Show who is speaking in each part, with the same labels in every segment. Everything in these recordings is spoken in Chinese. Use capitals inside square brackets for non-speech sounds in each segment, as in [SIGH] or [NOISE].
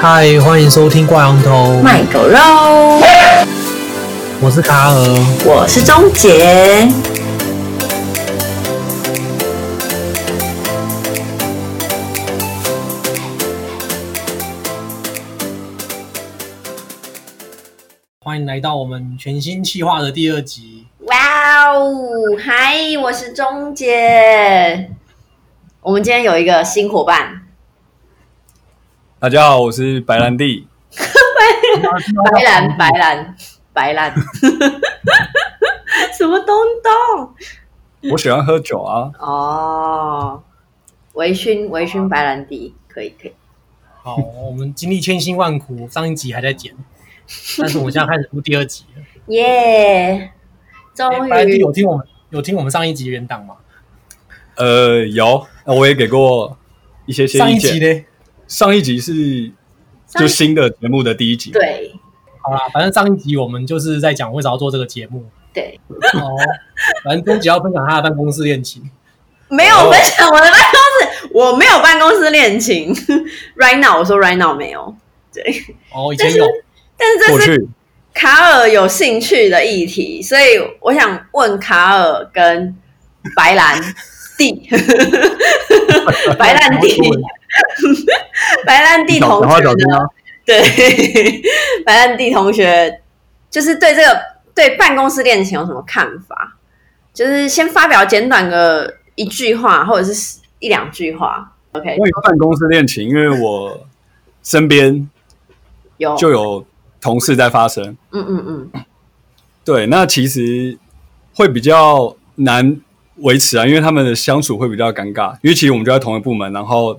Speaker 1: 嗨，欢迎收听《挂羊头》，
Speaker 2: 卖狗肉，
Speaker 1: 我是卡尔。
Speaker 2: 我是钟杰。
Speaker 1: 欢迎来到我们全新企划的第二集。
Speaker 2: 哇哦，嗨，我是钟杰。我们今天有一个新伙伴，
Speaker 3: 大家好，我是白兰地。
Speaker 2: 白兰，白兰，白兰，什么东东？
Speaker 3: 我喜欢喝酒啊，
Speaker 2: 哦，微醺，微醺白兰地，可以，可以。
Speaker 1: 好，我们经历千辛万苦， [LAUGHS] 上一集还在剪，但是我们现在开始录第二集
Speaker 2: [LAUGHS]
Speaker 1: 了。
Speaker 2: 耶、终
Speaker 1: 哎白帝
Speaker 2: 于
Speaker 1: 有听我们有听我们上一集原档吗？
Speaker 3: 呃，有，那我也给过一些些
Speaker 1: 上一
Speaker 3: 意
Speaker 1: 集
Speaker 3: 见。
Speaker 1: 嘞，
Speaker 3: 上一集是
Speaker 2: 上
Speaker 3: 就
Speaker 2: 一
Speaker 3: 新的节目的第一集，
Speaker 2: 对
Speaker 1: 好啦，反正上一集我们就是在讲为啥要做这个节
Speaker 2: [LAUGHS]
Speaker 1: 目。
Speaker 2: 对，
Speaker 1: 哦，反正终极要分享他的办公室恋情。
Speaker 2: 没有
Speaker 3: 哦
Speaker 2: 分享我的办公室，我没有办公室恋情。right [LAUGHS] now，我说 right now 没有，
Speaker 1: 哦，以前有，
Speaker 2: 但是这
Speaker 3: 过
Speaker 2: 是
Speaker 3: 去
Speaker 2: 卡尔有兴趣的议题，所以我想问卡尔跟白兰
Speaker 3: [LAUGHS]
Speaker 2: 地，白兰地，白兰地同
Speaker 3: 讲话
Speaker 2: 学
Speaker 3: 小心
Speaker 2: 呢？
Speaker 3: 啊，
Speaker 2: 对， [LAUGHS] 白兰地同学就是对这个对办公室恋情有什么看法？就是先发表简短的一句话，或者是一两句话。OK，
Speaker 3: 关于办公室恋情，因为我身边
Speaker 2: 有，
Speaker 3: 就有同事在发生。
Speaker 2: 嗯嗯嗯，
Speaker 3: 对，那其实会比较难维持啊，因为他们的相处会比较尴尬。因为其实我们就在同一个部门，然后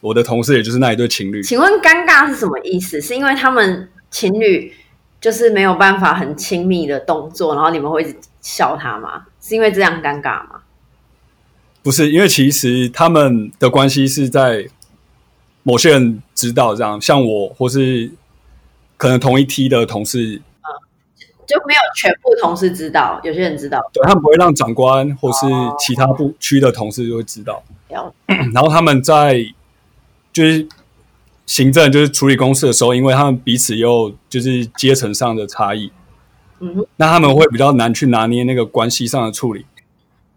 Speaker 3: 我的同事也就是那一对情侣，
Speaker 2: 请问尴尬是什么意思？是因为他们情侣就是没有办法很亲密的动作，然后你们会一直笑他吗？是因为这样尴尬吗？
Speaker 3: 不是，因为其实他们的关系是在某些人知道这样，像我或是可能同一梯的同事，
Speaker 2: 就没有全部同事知道，有些人知道，
Speaker 3: 对他们不会让长官或是其他部区的同事就会知道。 [CLEARS THROAT]
Speaker 2: 了
Speaker 3: 然后他们在就是行政就是处理公事的时候，因为他们彼此又就是阶层上的差异，
Speaker 2: 嗯哼，
Speaker 3: 那他们会比较难去拿捏那个关系上的处理，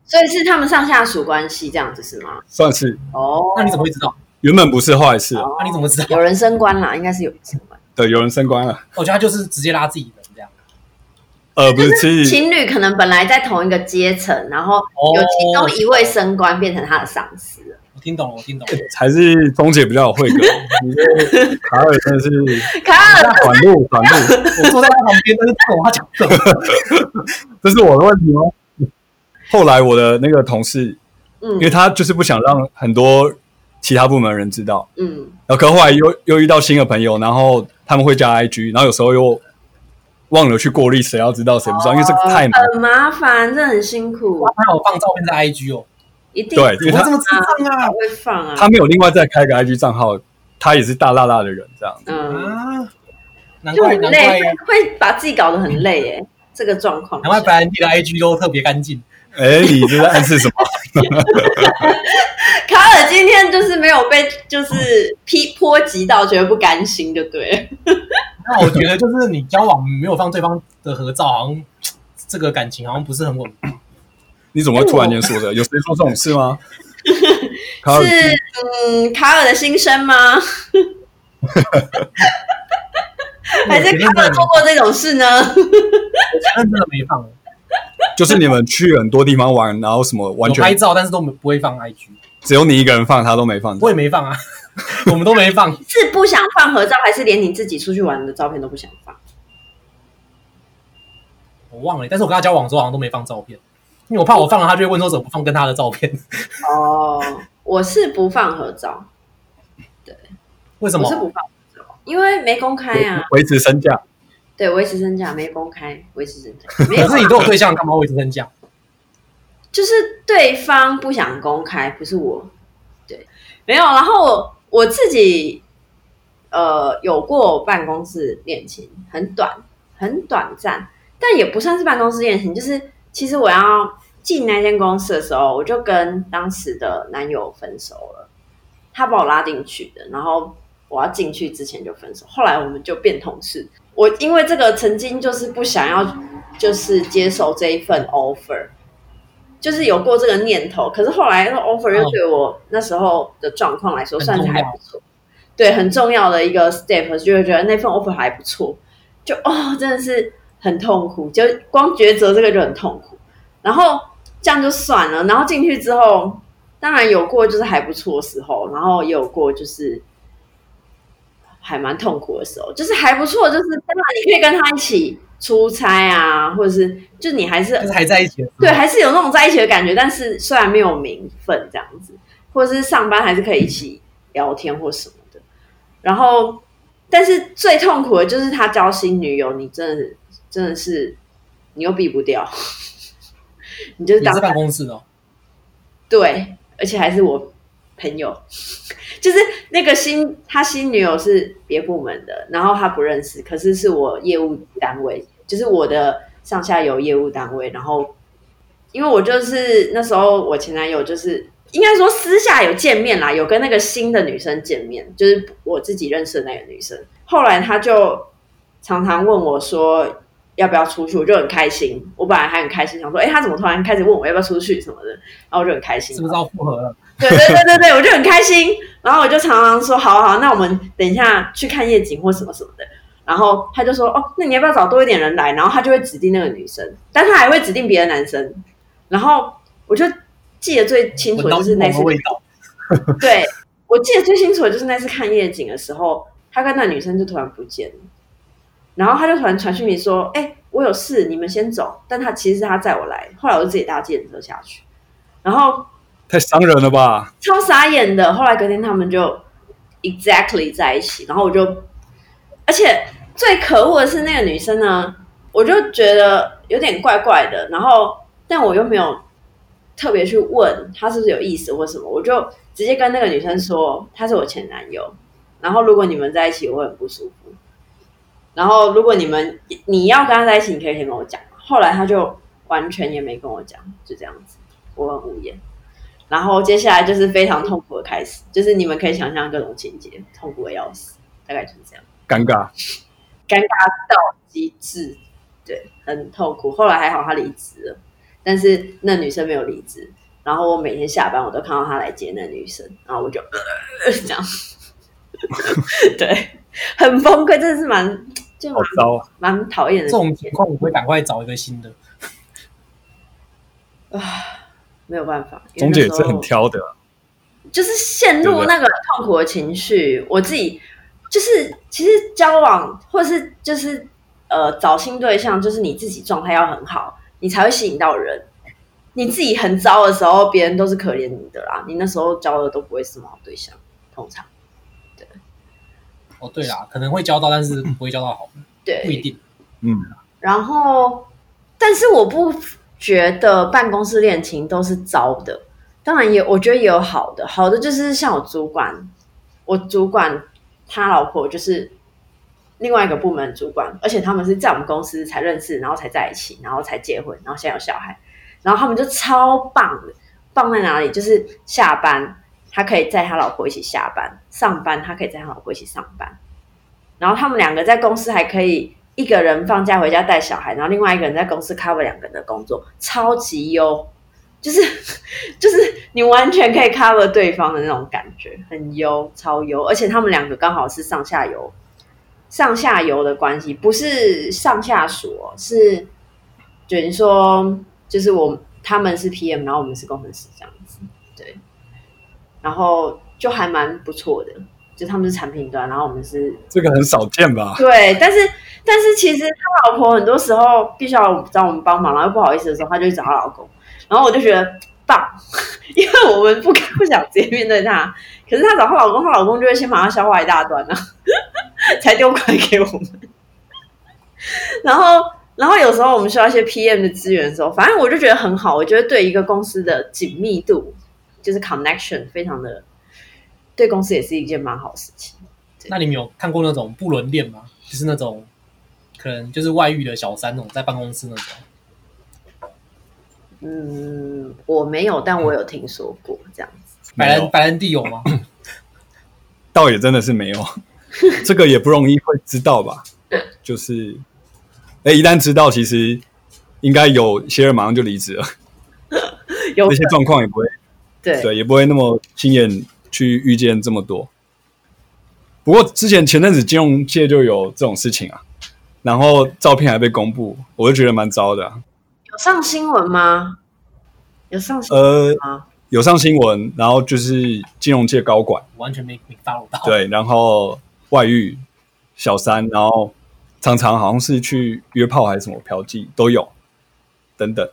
Speaker 2: 所以是他们上下属关系这样子是吗？
Speaker 3: 算是
Speaker 2: 哦，
Speaker 1: 那你怎么会知道？
Speaker 3: 原本不是，后来是了
Speaker 1: 那你怎么知道？
Speaker 2: 有人升官啦？应该是有人升官。
Speaker 3: 对，有人升官了，
Speaker 1: 我觉得他哦就是直接拉自己人这样。
Speaker 3: 呃，不是是
Speaker 2: 情侣可能本来在同一个阶层，然后
Speaker 1: 哦
Speaker 2: 有其中一位升官变成他的上司了。
Speaker 1: 我听懂了，我听
Speaker 2: [LAUGHS]
Speaker 1: 懂了。
Speaker 3: 还是钟姐比较有慧根，你这卡尔真的是
Speaker 2: 卡尔，
Speaker 3: 反路反路，
Speaker 1: 我坐在他旁边，但是不懂他讲什么。
Speaker 3: 这是我的问题吗？后来我的那个同事，
Speaker 2: 嗯
Speaker 3: 因为他就是不想让很多其他部门的人知道，
Speaker 2: 嗯，
Speaker 3: 然后可后来又又遇到新的朋友，然后他们会加 IG，然后有时候又忘了去过滤谁要知道谁不知
Speaker 2: 哦
Speaker 3: 道，因为这个太难了。
Speaker 2: 很麻烦，这很辛苦，
Speaker 1: 他有放照片在 IG 哦，
Speaker 2: 一定
Speaker 3: 对，
Speaker 1: 我这
Speaker 3: 因为他
Speaker 1: 么智障啊
Speaker 2: 还！会放啊。
Speaker 3: 他没有另外再开个 IG 账号，他也是大辣辣的人这样。
Speaker 2: 嗯，
Speaker 1: 啊，难
Speaker 2: 就
Speaker 1: 怪
Speaker 2: 很
Speaker 1: 难怪嗯
Speaker 2: 累，会把自己搞得很累耶。这个状况，
Speaker 1: 难怪白兰地的 IG 都特别干净。
Speaker 3: 哎，你这在暗示什么？
Speaker 2: 卡尔今天就是没有被就是批波及到，觉得不甘心就对了。
Speaker 1: 那我觉得就是你交往没有放对方的合照，好像这个感情好像不是很稳。
Speaker 3: 你怎么会突然间说的？有谁说这种事
Speaker 2: [LAUGHS]
Speaker 3: 吗？卡尔
Speaker 2: 是嗯，卡尔的心声吗？
Speaker 1: 嗯
Speaker 2: 还是
Speaker 1: 我觉
Speaker 2: 卡
Speaker 1: 得
Speaker 2: 尔
Speaker 1: 真的
Speaker 2: 做过这种事呢？
Speaker 1: 真的没放，
Speaker 3: 就是你们去很多地方玩，然后什么完
Speaker 1: 有拍
Speaker 3: 全嗯
Speaker 1: 照，但是都没不会放 IG，
Speaker 3: 只有你一个人放，他都没放。
Speaker 1: 我也没放啊， [LAUGHS] 我们都没放。
Speaker 2: 是不想放合照，还是连你自己出去玩的照片都不想放？
Speaker 1: 我忘了，但是我跟他交往的时候好像都没放照片，因为我怕我放了，他就会问说怎么不放跟他的照片？ [LAUGHS]
Speaker 2: 哦，我是不放合照，
Speaker 1: 为什
Speaker 2: 我
Speaker 1: 么
Speaker 2: 是？不放合照，因为没公开啊。
Speaker 3: 维持身价，
Speaker 2: 对，维持身价没公开，维持
Speaker 1: [LAUGHS]
Speaker 2: 身价没有
Speaker 1: 可是你都有对象，干嘛会真讲？
Speaker 2: 就是对方不想公开，不是我，对，没有。然后我我自己呃有过办公室恋情，很短，很短暂，但也不算是办公室恋情，就是其实我要进那间公司的时候，我就跟当时的男友分手了，他把我拉进去的，然后。我要进去之前就分手，后来我们就变同事。我因为这个曾经就是不想要，就是接受这一份 offer，就是有过这个念头，可是后来那 offer 又对我那时候的状况来
Speaker 1: 嗯
Speaker 2: 说
Speaker 1: 很
Speaker 2: 算是
Speaker 1: 重
Speaker 2: 还
Speaker 1: 要
Speaker 2: 不错，对，很重要的一个 step，就会觉得那份 offer 还不错，就哦，真的是很痛苦，就光抉择这个就很痛苦。然后这样就算了，然后进去之后，当然有过就是还不错的时候，然后也有过就是还蛮痛苦的时候，就是还不错，就是当然你可以跟他一起出差啊，或者是就你还是
Speaker 1: 就是还在一起的时候
Speaker 2: 对，还是有那种在一起的感觉，但是虽然没有名分这样子，或者是上班还是可以一起聊天或什么的。然后，但是最痛苦的就是他交新女友，你真的真的是你又避不掉， [LAUGHS] 你就是
Speaker 1: 也
Speaker 2: 当
Speaker 1: 是办公室的哦，
Speaker 2: 对，而且还是我朋友， [LAUGHS] 就是那个新他新女友是别部门的，然后他不认识，可是是我业务单位，就是我的上下游业务单位。然后，因为我就是那时候我前男友就是应该说私下有见面啦，有跟那个新的女生见面，就是我自己认识的那个女生。后来他就常常问我说。要不要出去？我就很开心。我本来还很开心，想说，哎、他怎么突然开始问我要不要出去什么的？然后我就很开心
Speaker 1: 是。不是要复合了？
Speaker 2: 对对对对对，我就很开心。然后我就常常说，好啊好啊，那我们等一下去看夜景或什么什么的。然后他就说，哦，那你要不要找多一点人来？然后他就会指定那个女生，但他还会指定别的男生。然后我就记得最清楚
Speaker 1: 闻到
Speaker 2: 的就是
Speaker 1: 不
Speaker 2: 那
Speaker 1: 同的
Speaker 2: 次
Speaker 1: 味道，
Speaker 2: 对，我记得最清楚的就是那次看夜景的时候，他跟那女生就突然不见了，然后他就突然传讯你说：“哎、我有事，你们先走。”但他其实是他载我来，后来我就自己搭计程车下去，然后
Speaker 3: 太伤人了吧？
Speaker 2: 超傻眼的。后来隔天他们就 exactly 在一起，然后我就，而且最可恶的是那个女生呢，我就觉得有点怪怪的，然后但我又没有特别去问她是不是有意思或什么，我就直接跟那个女生说他是我前男友，然后如果你们在一起我会很不舒服，然后如果你们你要跟他在一起，你可以先跟我讲。后来他就完全也没跟我讲，就这样子，我很无言。然后接下来就是非常痛苦的开始，就是你们可以想象各种情节，痛苦的要死，大概就是这样，
Speaker 3: 尴尬，
Speaker 2: 尴尬到极致，对，很痛苦。后来还好他离职了，但是那女生没有离职。然后我每天下班我都看到他来接那女生，然后我就、 [LAUGHS] 呃、这样， [LAUGHS] 对，很崩溃，真的是蛮就
Speaker 3: 好
Speaker 2: 蛮
Speaker 3: 糟啊！
Speaker 2: 蛮讨厌的
Speaker 1: 这
Speaker 2: 经
Speaker 1: 种
Speaker 2: 验。
Speaker 1: 情况我会赶快找一个新的。
Speaker 2: 没有办法，因为
Speaker 3: 钟
Speaker 2: 那
Speaker 3: 姐也
Speaker 2: 时
Speaker 3: 是很
Speaker 2: 候
Speaker 3: 挑的啊，
Speaker 2: 就是陷
Speaker 3: 对不
Speaker 2: 入
Speaker 3: 对
Speaker 2: 那个痛苦的情绪。我自己就是，其实交往或者是就是呃找新对象，就是你自己状态要很好，你才会吸引到人。你自己很糟的时候，别人都是可怜你的啦。你那时候交的都不会是什么好对象，通常
Speaker 1: 哦，对啦，可能会交到，但是不会交到好，
Speaker 2: 对
Speaker 1: 不一定。
Speaker 3: 嗯，
Speaker 2: 然后，但是我不觉得办公室恋情都是糟的，当然也我觉得也有好的，好的就是像我主管，我主管他老婆就是另外一个部门主管，而且他们是在我们公司才认识，然后才在一起，然后才结婚，然后现在有小孩，然后他们就超棒的，棒在哪里？就是下班他可以载他老婆一起下班，上班他可以载他老婆一起上班。然后他们两个在公司还可以一个人放假回家带小孩，然后另外一个人在公司 cover 两个人的工作，超级优，就是 [LAUGHS] 就是你完全可以 cover 对方的那种感觉，很优，超优。而且他们两个刚好是上下游，上下游的关系，不是上下属、哦，是就你说就是我他们是 PM，然后我们是工程师这样子，对，然后就还蛮不错的。就他们是产品端，然后我们是
Speaker 3: 这个很少
Speaker 2: [LAUGHS]
Speaker 3: 见吧？
Speaker 2: 对，但是但是其实他老婆很多时候必须要找我们帮忙，然后不好意思的时候，他就去找她老公，然后我就觉得棒，因为我们不敢不想直接面对他，可是她找她老公，她老公就会先把她消化一大段啊，才丢过来给我们，然后。然后有时候我们需要一些 PM 的资源的时候，反正我就觉得很好。我觉得对一个公司的紧密度，就是 connection，非常的对公司也是一件蛮好的事情。
Speaker 1: 那你们有看过那种不伦恋吗？就是那种可能就是外遇的小三那种，在办公室那种。
Speaker 2: 嗯，我没有，但我有听说过这样子。
Speaker 1: 白
Speaker 3: 没
Speaker 1: 兰
Speaker 3: 有，
Speaker 1: 白兰地有吗？
Speaker 3: 倒也真的是没有，这个也不容易会知道吧？就是，哎、一旦知道，其实应该有些人马上就离职了，
Speaker 2: 有
Speaker 3: 这些状况也不会
Speaker 2: 对
Speaker 3: 对，也不会那么亲眼去遇见这么多。不过之前前阵子金融界就有这种事情啊，然后照片还被公布，我就觉得蛮糟的啊、
Speaker 2: 有上新闻吗？有上新闻
Speaker 3: 呃，
Speaker 2: 吗？
Speaker 3: 有上新闻，然后就是金融界高管
Speaker 1: 我 [CLEARS THROAT] 完全没没 follow 到。，
Speaker 3: 对，然后外遇小三，然后常常好像是去约炮还是什么嫖妓都有，等等。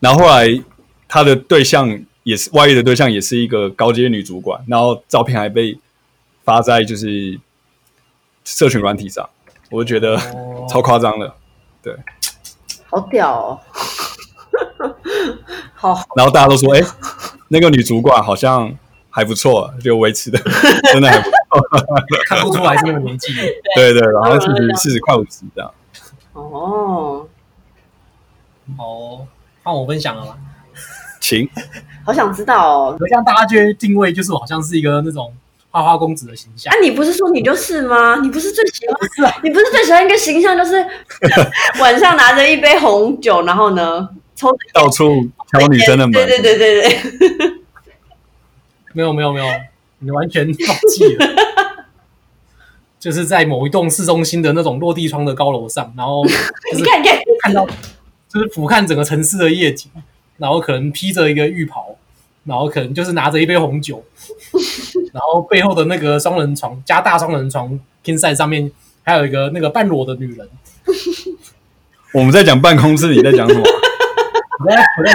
Speaker 3: 然后后来他的对象也是外遇的对象，也是一个高阶女主管，然后照片还被发在就是社群软体上，我就觉得
Speaker 1: 哦
Speaker 3: [LAUGHS] 超夸张的。
Speaker 2: 好屌哦！ [LAUGHS] 好，
Speaker 3: 然后大家都说，哎、那个女主管好像还不错，就维持的 [LAUGHS] 真的还不错。
Speaker 1: 看不出来是那个年纪。
Speaker 3: 对对，然后
Speaker 2: 当然
Speaker 3: 四
Speaker 2: 了
Speaker 3: 十四十快五十这样。
Speaker 2: 哦，
Speaker 1: 哦，那我分享了吗？
Speaker 3: 请
Speaker 2: 好想知道哦。
Speaker 1: 这样大家就会定位就是我好像是一个那种花花公子的形象
Speaker 2: 啊，，你不是说你就是吗？你不是最喜欢？
Speaker 1: 哎不是啊，
Speaker 2: 你不是最喜欢一个形象，就是晚上拿着一杯红酒，然后呢，抽着
Speaker 3: 到处敲女生的门，
Speaker 2: 对对对对对，
Speaker 1: 没有没有没有，你完全忘记了， [LAUGHS] 就是在某一栋市中心的那种落地窗的高楼上，然后就
Speaker 2: [LAUGHS] 你
Speaker 1: 是
Speaker 2: 看你看，
Speaker 1: 看到就是俯瞰整个城市的夜景，然后可能披着一个浴袍，然后可能就是拿着一杯红酒，然后背后的那个双人床加大双人床 king size 上面还有一个那个半裸的女人，
Speaker 3: 我们在讲办公室，你在讲什么？
Speaker 1: 我在我在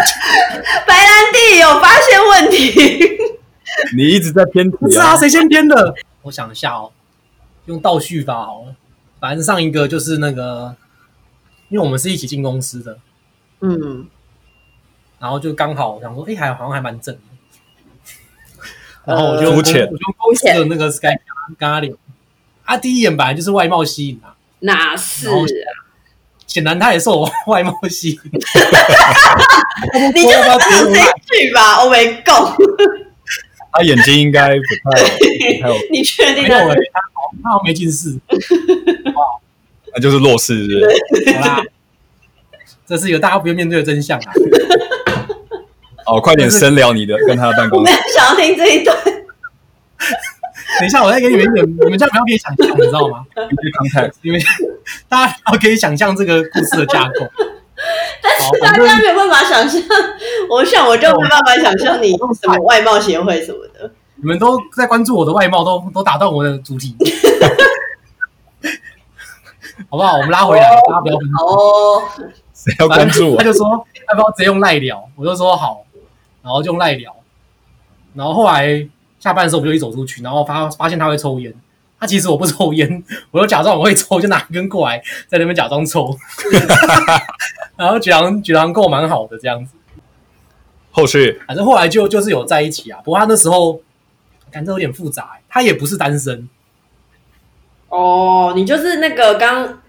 Speaker 2: 白兰地有发现问题， [LAUGHS]
Speaker 3: 你一直在偏题
Speaker 1: 不知
Speaker 3: 啊
Speaker 1: 道！谁先编的？我想一下哦，用倒叙法好了。反正上一个就是那个，因为我们是一起进公司的，
Speaker 2: 嗯，
Speaker 1: 然后就刚好我想说，哎、还好像还蛮正的。 [LAUGHS] 然后我就
Speaker 3: 呃
Speaker 1: 用
Speaker 3: 肤浅
Speaker 1: 我就用公司的那个 Sky 跟他聊。他第一眼本来就是外貌吸引啊，
Speaker 2: 哪是啊？
Speaker 1: 显然他也受我 [LAUGHS] 外貌吸引。
Speaker 2: 你就是当时这一句吧，Oh my god！
Speaker 3: 他眼睛应该不太，不太有，
Speaker 2: [LAUGHS] 你确定
Speaker 1: 没有
Speaker 2: 他
Speaker 1: 哎、
Speaker 2: 是？
Speaker 1: 他好他好没近视。
Speaker 3: 那就是弱势，是不是？
Speaker 1: 好啦，这是一个大家不愿面对的真相啊。
Speaker 3: 哦，快点深聊你的跟他的办
Speaker 2: 我
Speaker 3: 公
Speaker 2: 没
Speaker 3: 室。
Speaker 2: 有想要听这一段，
Speaker 3: 哦
Speaker 1: 等一下，我再给你们一点，你们这样不要可以想象，你知道吗？
Speaker 3: 你去 contact
Speaker 1: 因为 [LAUGHS] 大家要可以想象这个故事的架构。
Speaker 2: [LAUGHS] 但是
Speaker 1: 好
Speaker 2: [LAUGHS] 大
Speaker 1: 反正
Speaker 2: 家没有办法想象，我想我就没办法想象你
Speaker 3: 哦
Speaker 2: 什么外貌协会什么的。
Speaker 1: 你们都在关注我的外貌，都都打断我的主题， [LAUGHS] 好不好？我们拉回来，大家不要分
Speaker 2: 好哦，
Speaker 3: 谁要关注
Speaker 1: 他 [LAUGHS]
Speaker 3: 我？
Speaker 1: 就说要不要直接用赖聊，我就说好，然后就用赖聊。然后后来下班的时候，我们就一起走出去，然后发发现他会抽烟。他其实我不抽烟，我就假装我会抽，就拿根过来在那边假装抽， [LAUGHS] 然后觉得好像觉得好像跟我蛮好的这样子。
Speaker 3: 后续
Speaker 1: 反正后来就就是有在一起啊。不过他那时候，感觉有点复杂欸、他也不是单身，
Speaker 2: 哦，你就是那个刚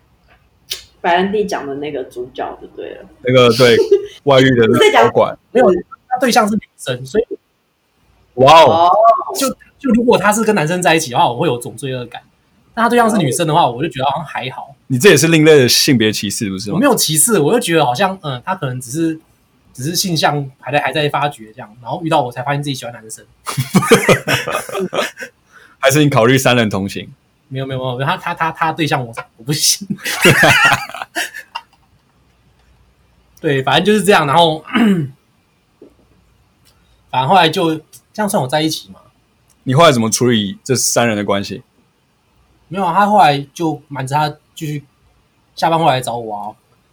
Speaker 2: 白兰地讲的那个主角就对了。
Speaker 3: 那个对外遇的
Speaker 2: 在讲
Speaker 3: 高管，
Speaker 1: 没有他对象是女生，所以
Speaker 3: 哇哦，
Speaker 2: 哦，
Speaker 1: 就如果他是跟男生在一起的话，我会有种罪恶感。但他对象是女生的话，我就觉得好像还好，
Speaker 3: 你这也是另类的性别歧视，不是
Speaker 1: 我
Speaker 3: 吗
Speaker 1: 没？有歧视，我就觉得好像嗯，他可能只是只是性向还在还在发掘这样，然后遇到我才发现自己喜欢男生。
Speaker 3: 还是你考虑三人同行？
Speaker 1: 没有没有没有，他他他他对象我我不行。 [LAUGHS] 对，反正就是这样。然后， [CLEARS THROAT] 反正后来就这样算我在一起嘛？
Speaker 3: 你后来怎么处理这三人的关系？
Speaker 1: 没有啊，他后来就瞒着他继续下班后来找我啊，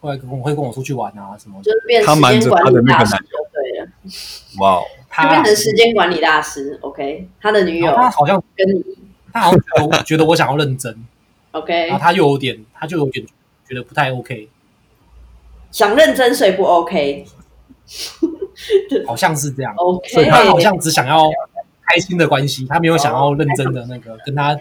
Speaker 1: 后来跟我会跟我出去玩啊什么的。
Speaker 2: 就是变
Speaker 3: 他
Speaker 2: 成时
Speaker 3: 瞒着
Speaker 2: 间管
Speaker 3: 他的
Speaker 2: 理
Speaker 3: 那
Speaker 2: 大
Speaker 3: 个
Speaker 2: 师
Speaker 3: 男
Speaker 2: 就对了，
Speaker 3: 哇哦，
Speaker 2: 就
Speaker 1: 他
Speaker 2: 变成时间管理大师。OK，他的女
Speaker 1: 然后
Speaker 2: 友
Speaker 1: 他好像
Speaker 2: 跟你
Speaker 1: 他好像觉得我觉得我想要认
Speaker 2: [LAUGHS]
Speaker 1: 真，
Speaker 2: OK，
Speaker 1: 然
Speaker 3: 哦
Speaker 1: 后他又有点他就有点觉得不太 OK，
Speaker 2: 想认真所以不 OK。
Speaker 1: 好像是这样。
Speaker 2: OK，
Speaker 1: 所以他好像只想要开心的关系，他没有想
Speaker 2: 哦
Speaker 1: 要认真的那个跟他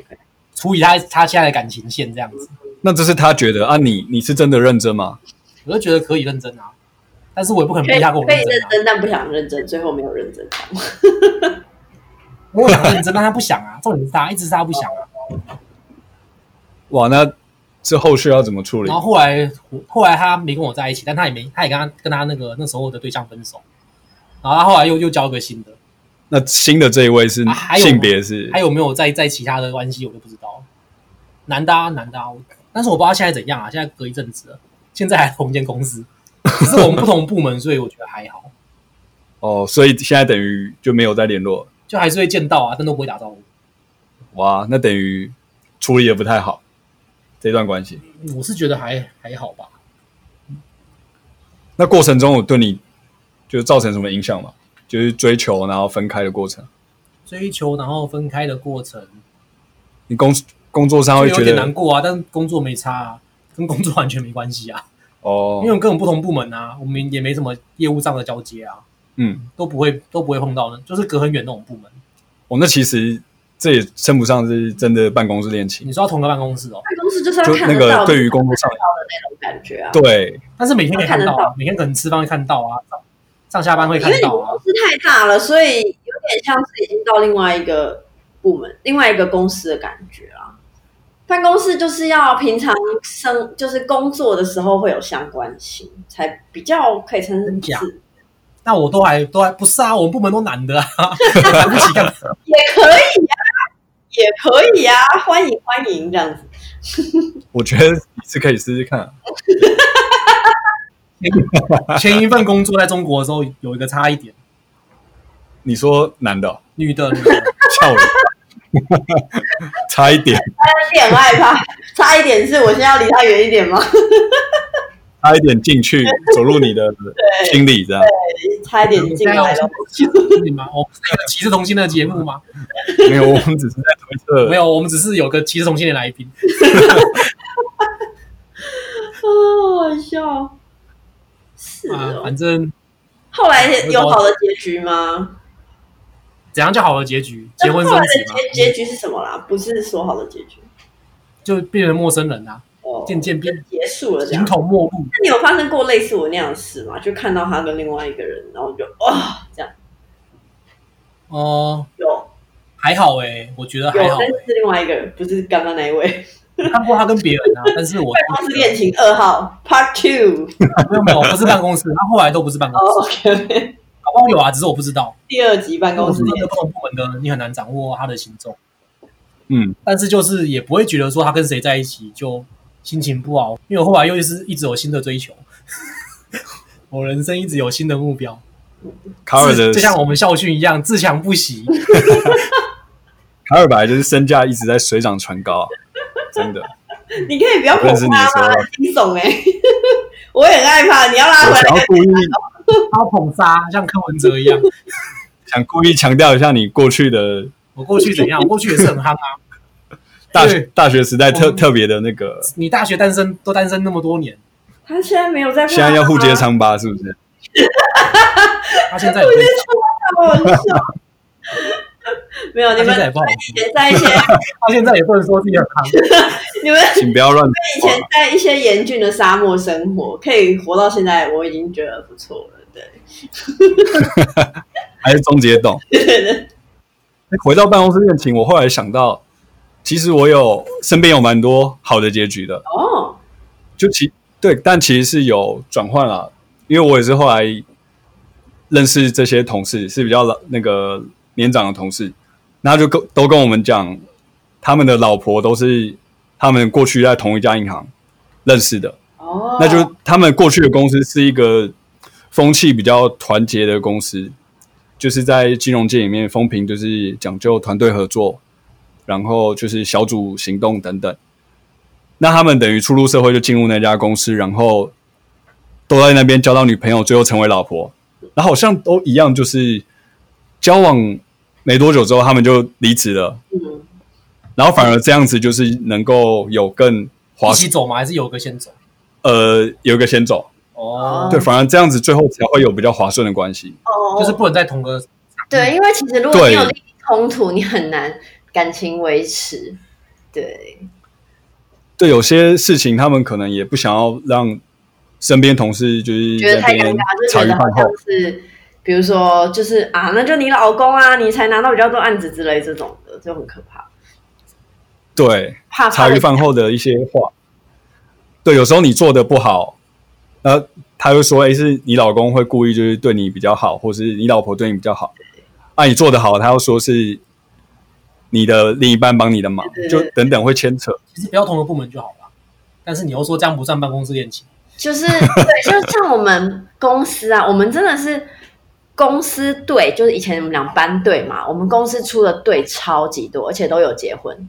Speaker 1: 处理他他现在的感情线这样子。
Speaker 3: 那这是他觉得啊，你你是真的认真吗？
Speaker 1: 我就觉得可以认真啊，但是我也不可能啊
Speaker 2: 可
Speaker 1: 逼
Speaker 2: 以
Speaker 1: 他跟我
Speaker 2: 可以
Speaker 1: 认真
Speaker 2: 认
Speaker 1: 啊。
Speaker 2: 真，但不想认真，最后没有认真。
Speaker 1: 我想认真，但他不想啊，重点是他一直是他不想
Speaker 2: 哦
Speaker 1: 啊。
Speaker 3: 哇，那这后续要怎么处理
Speaker 1: 然？后后来我后来他没跟我在一起，但他也没他也跟他跟他那个那时候的对象分手，然后他后来又又交个新的，
Speaker 3: 那新的这一位是
Speaker 1: 啊还有
Speaker 3: 性别是
Speaker 1: 还有没有在在其他的关系我就不知道。男的啊，男的啊，我但是我不知道现在怎样啊，现在隔一阵子了，现在还同间公司，只是我们不同部门，所以我觉得还好，
Speaker 3: 哦，所以现在等于就没有再联络了。
Speaker 1: 就还是会见到啊，但都不会打招呼。
Speaker 3: 哇，那等于处理的不太好，这段关系。
Speaker 1: 我是觉得还还好吧，
Speaker 3: 那过程中有对你就是造成什么影响吗？就是追求然后分开的过程，
Speaker 1: 追求然后分开的过程，
Speaker 3: 你工工作上
Speaker 1: 就
Speaker 3: 会
Speaker 1: 有
Speaker 3: 觉
Speaker 1: 点难
Speaker 3: 得
Speaker 1: 过啊，但工作没差啊，跟工作完全没关系啊，
Speaker 3: 哦
Speaker 1: 因为，我们跟我们不同部门啊，我们也没什么业务上的交接啊，
Speaker 3: 嗯，
Speaker 1: 都不会都不会碰到的，就是隔很远那种部门。
Speaker 3: 哦，那其实这也称不上是真的办公室恋情，
Speaker 1: 你说要同个办公室哦，
Speaker 2: 办公室就是要
Speaker 3: 就
Speaker 2: 看
Speaker 3: 那
Speaker 2: 得到的
Speaker 3: 个对于工作上，
Speaker 2: 那种感觉啊。
Speaker 3: 对，
Speaker 1: 但是每天可以看到
Speaker 2: 看得
Speaker 1: 啊，每天可能吃饭会看到啊，上上下班会
Speaker 2: 因为
Speaker 1: 看
Speaker 2: 你们
Speaker 1: 到
Speaker 2: 公
Speaker 1: 啊。
Speaker 2: 司太大了，所以有点像是已经到另外一个部门、另外一个公司的感觉啦。办公室就是要平常生，就是工作的时候会有相关性，才比较可以称
Speaker 1: 真假
Speaker 2: 是
Speaker 1: 那我都还都还不是啊，我们部门都男
Speaker 2: [LAUGHS]
Speaker 1: 的啊，看不起干嘛？
Speaker 2: 也可以啊，也可以啊，欢迎欢迎这样子。
Speaker 3: 我觉得你是可以试试看啊。
Speaker 1: 前一份工作在中国的时候有一个差一点，
Speaker 3: 你说男的哦
Speaker 1: 女的女的，
Speaker 2: [LAUGHS]
Speaker 3: 吓我，差一点，
Speaker 2: 恋爱吧， [LAUGHS] 差一点是我现在要离他远一点吗？ [LAUGHS]
Speaker 3: 差一点进去走入你的心里这样。
Speaker 2: 差一点进
Speaker 1: 现在哦
Speaker 2: 来
Speaker 1: 要
Speaker 2: 了。啊
Speaker 1: 歧视同性吗？我们是一个歧视同性的节目吗？
Speaker 3: 没有，我们只是在推测。
Speaker 2: 嗯
Speaker 1: 没有，我们只是有个歧视同性的来宾。
Speaker 2: 啊，好笑。是
Speaker 1: 啊，
Speaker 2: 哦
Speaker 1: 反，正
Speaker 2: 后来有好的结局吗？
Speaker 1: 怎样叫好的结局？结婚
Speaker 2: 后
Speaker 1: 生
Speaker 2: 来
Speaker 1: 子
Speaker 2: 的
Speaker 1: 嘛，
Speaker 2: 结 [LAUGHS] 结局是什么啦？不是说好的结局，
Speaker 1: 就变成陌生人啊，
Speaker 2: 哦，
Speaker 1: 渐渐变
Speaker 2: 结束了这
Speaker 1: 形
Speaker 2: 样。
Speaker 1: 同陌路。
Speaker 2: 那你有发生过类似我那样的事吗？就看到他跟另外一个人，然后就哇、这样
Speaker 1: 哦，
Speaker 2: 有
Speaker 1: 还好哎、我觉得
Speaker 2: 有
Speaker 1: 还，好、
Speaker 2: 但
Speaker 1: 欸
Speaker 2: 是。另外一个人不是刚刚那一位，
Speaker 1: 我看过他跟别人啊，但是我
Speaker 2: 办公室恋情二号 Part Two。
Speaker 1: 没有没有，不是办公室，他后来都不是办公
Speaker 2: 哦
Speaker 1: 室，
Speaker 2: ，OK，
Speaker 1: 搞不好有啊，只是我不知道。
Speaker 2: 第二集办公室
Speaker 1: 那
Speaker 2: 恋
Speaker 1: 个不
Speaker 2: 情
Speaker 1: 同部门的，你很难掌握他的行踪。
Speaker 3: 嗯，
Speaker 1: 但是就是也不会觉得说他跟谁在一起就心情不好，因为我后来又是一直有新的追求， [LAUGHS] 我人生一直有新的目标，
Speaker 3: 卡尔的
Speaker 1: 自就像我们校训一样，自强不 [LAUGHS] 息。
Speaker 3: 卡尔本来就是身价一直在水涨船
Speaker 2: [LAUGHS]
Speaker 3: 高啊，真的。
Speaker 2: 你可以不要
Speaker 3: 我
Speaker 2: 恐
Speaker 3: 认识你的
Speaker 2: 怕
Speaker 3: 时候
Speaker 2: 吗？很惊悚哎、 [LAUGHS] 我也很害怕。你要拉回
Speaker 3: 我
Speaker 2: 来
Speaker 3: 想要故意
Speaker 1: 他捧杀，像柯文哲一样。
Speaker 3: 想故意强调一下你过去的
Speaker 1: 我过去怎样？我过去也是很夯啊。
Speaker 3: 大
Speaker 1: 对
Speaker 3: 大学时代特
Speaker 1: 嗯
Speaker 3: 特别的那个，
Speaker 1: 你大学单身都单身那么多年，
Speaker 2: 他现在没有在啊怕，
Speaker 3: 现在要互揭伤疤是不是？
Speaker 1: 他现在也会
Speaker 2: 好好笑。哦 [LAUGHS] 没有，你
Speaker 1: 他
Speaker 2: 们
Speaker 1: 现在也不好意
Speaker 2: 以前在一些，
Speaker 1: 他现在也不能说自己很夯。
Speaker 2: 你们
Speaker 3: 请不要乱啊
Speaker 2: 以前在一些严峻的沙漠生活，可以活到现在，我已经觉得不错了。对，
Speaker 3: 还是终结
Speaker 2: [LAUGHS]
Speaker 3: 懂。回到办公室恋情，我后来想到，其实我有身边有蛮多好的结局的，
Speaker 2: 哦，
Speaker 3: 就其对，但其实是有转换啦，因为我也是后来认识这些同事，是比较老那个年长的同事，然后就跟都跟我们讲，他们的老婆都是他们过去在同一家银行认识的，
Speaker 2: 哦，
Speaker 3: 那就他们过去的公司是一个风气比较团结的公司，就是在金融界里面，风评就是讲究团队合作，然后就是小组行动等等。那他们等于初入社会就进入那家公司，然后都在那边交到女朋友，最后成为老婆，然后好像都一样，就是交往没多久之后，他们就离职了，
Speaker 2: 嗯，
Speaker 3: 然后反而这样子就是能够有更划
Speaker 1: 一起走吗？还是有个先走？
Speaker 3: 呃有一个先走。
Speaker 2: 嗯
Speaker 1: 哦，
Speaker 3: 对，反而这样子最后才会有比较划算的关系。
Speaker 2: 哦，
Speaker 1: 就是不能在同个
Speaker 2: 对，因为其实如果
Speaker 3: 对
Speaker 2: 你有利益冲突，你很难感情维持。对，
Speaker 3: 对，有些事情他们可能也不想要让身边同事就是
Speaker 2: 觉得
Speaker 3: 在
Speaker 2: 太尴
Speaker 3: 那边
Speaker 2: 尬，就
Speaker 3: 茶
Speaker 2: 觉
Speaker 3: 余
Speaker 2: 得
Speaker 3: 饭
Speaker 2: 好
Speaker 3: 后
Speaker 2: 像，是比如说就是啊，那就你老公啊，你才拿到比较多案子之类这种的，就很可怕。
Speaker 3: 对，
Speaker 2: [LAUGHS] 怕
Speaker 3: 茶余饭后的一些话。对，有时候你做的不好，然后他就说：“哎，是你老公会故意就是对你比较好，或是你老婆对你比较好。”啊，你做的好，他又说是你的另一半帮你的忙
Speaker 2: 对对，
Speaker 3: 就
Speaker 2: 对
Speaker 3: 等等会牵扯。
Speaker 1: 其实不要同个部门就好了。但是你又说这样不算办公室恋情，
Speaker 2: 就是对，就像我们公司啊，我们真的是公司队，就是以前我们俩班队嘛，我们公司出的队超级多，而且都有结婚。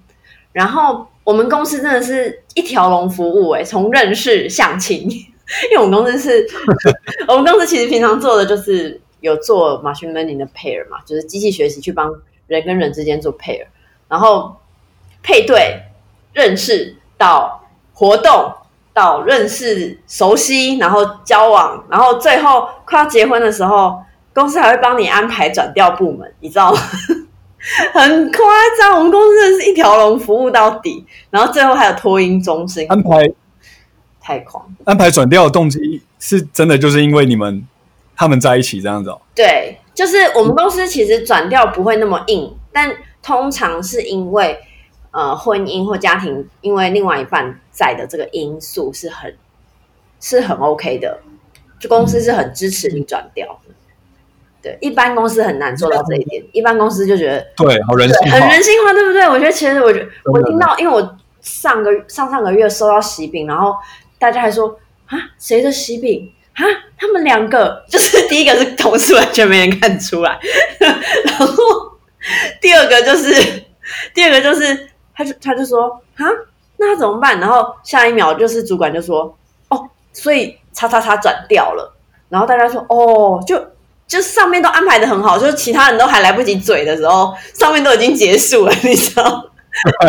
Speaker 2: 然后我们公司真的是一条龙服务、欸，哎，从认识相亲，因为我们公司是， [LAUGHS] 我们公司其实平常做的就是有做 machine learning 的 pair 嘛，就是机器学习去帮人跟人之间做 pair，然后配对、认识到活动到认识、熟悉，然后交往，然后最后快要结婚的时候，公司还会帮你安排转调部门，你知道吗？ [LAUGHS] 很夸张，我们公司真的是一条龙服务到底，然后最后还有脱音中心，
Speaker 3: 安排
Speaker 2: 太狂。
Speaker 3: 安排转调的动机是真的，就是因为你们他们在一起这样子哦。
Speaker 2: 对，就是我们公司其实转调不会那么硬，但通常是因为呃婚姻或家庭，因为另外一半在的这个因素是很是很 OK 的，就公司是很支持你转调的。对，一般公司很难做到这一点，一般公司就觉得
Speaker 3: 对，好人性
Speaker 2: 对，很
Speaker 3: 化。
Speaker 2: 人性化，对不对？我觉得其实我觉得我
Speaker 3: 真的
Speaker 2: 听到，因为我上个上上个月收到喜饼，然后大家还说啊，谁的喜饼？啊，他们两个 [LAUGHS] 就是第一个是同事，完全没人看出来， [LAUGHS] 然后第二个就是第二个就是，他就他就说啊，那他怎么办？然后下一秒就是主管就说哦，所以叉叉叉转掉了，然后大家说哦，就就上面都安排的很好，就是其他人都还来不及嘴的时候，上面都已经结束了，你知道？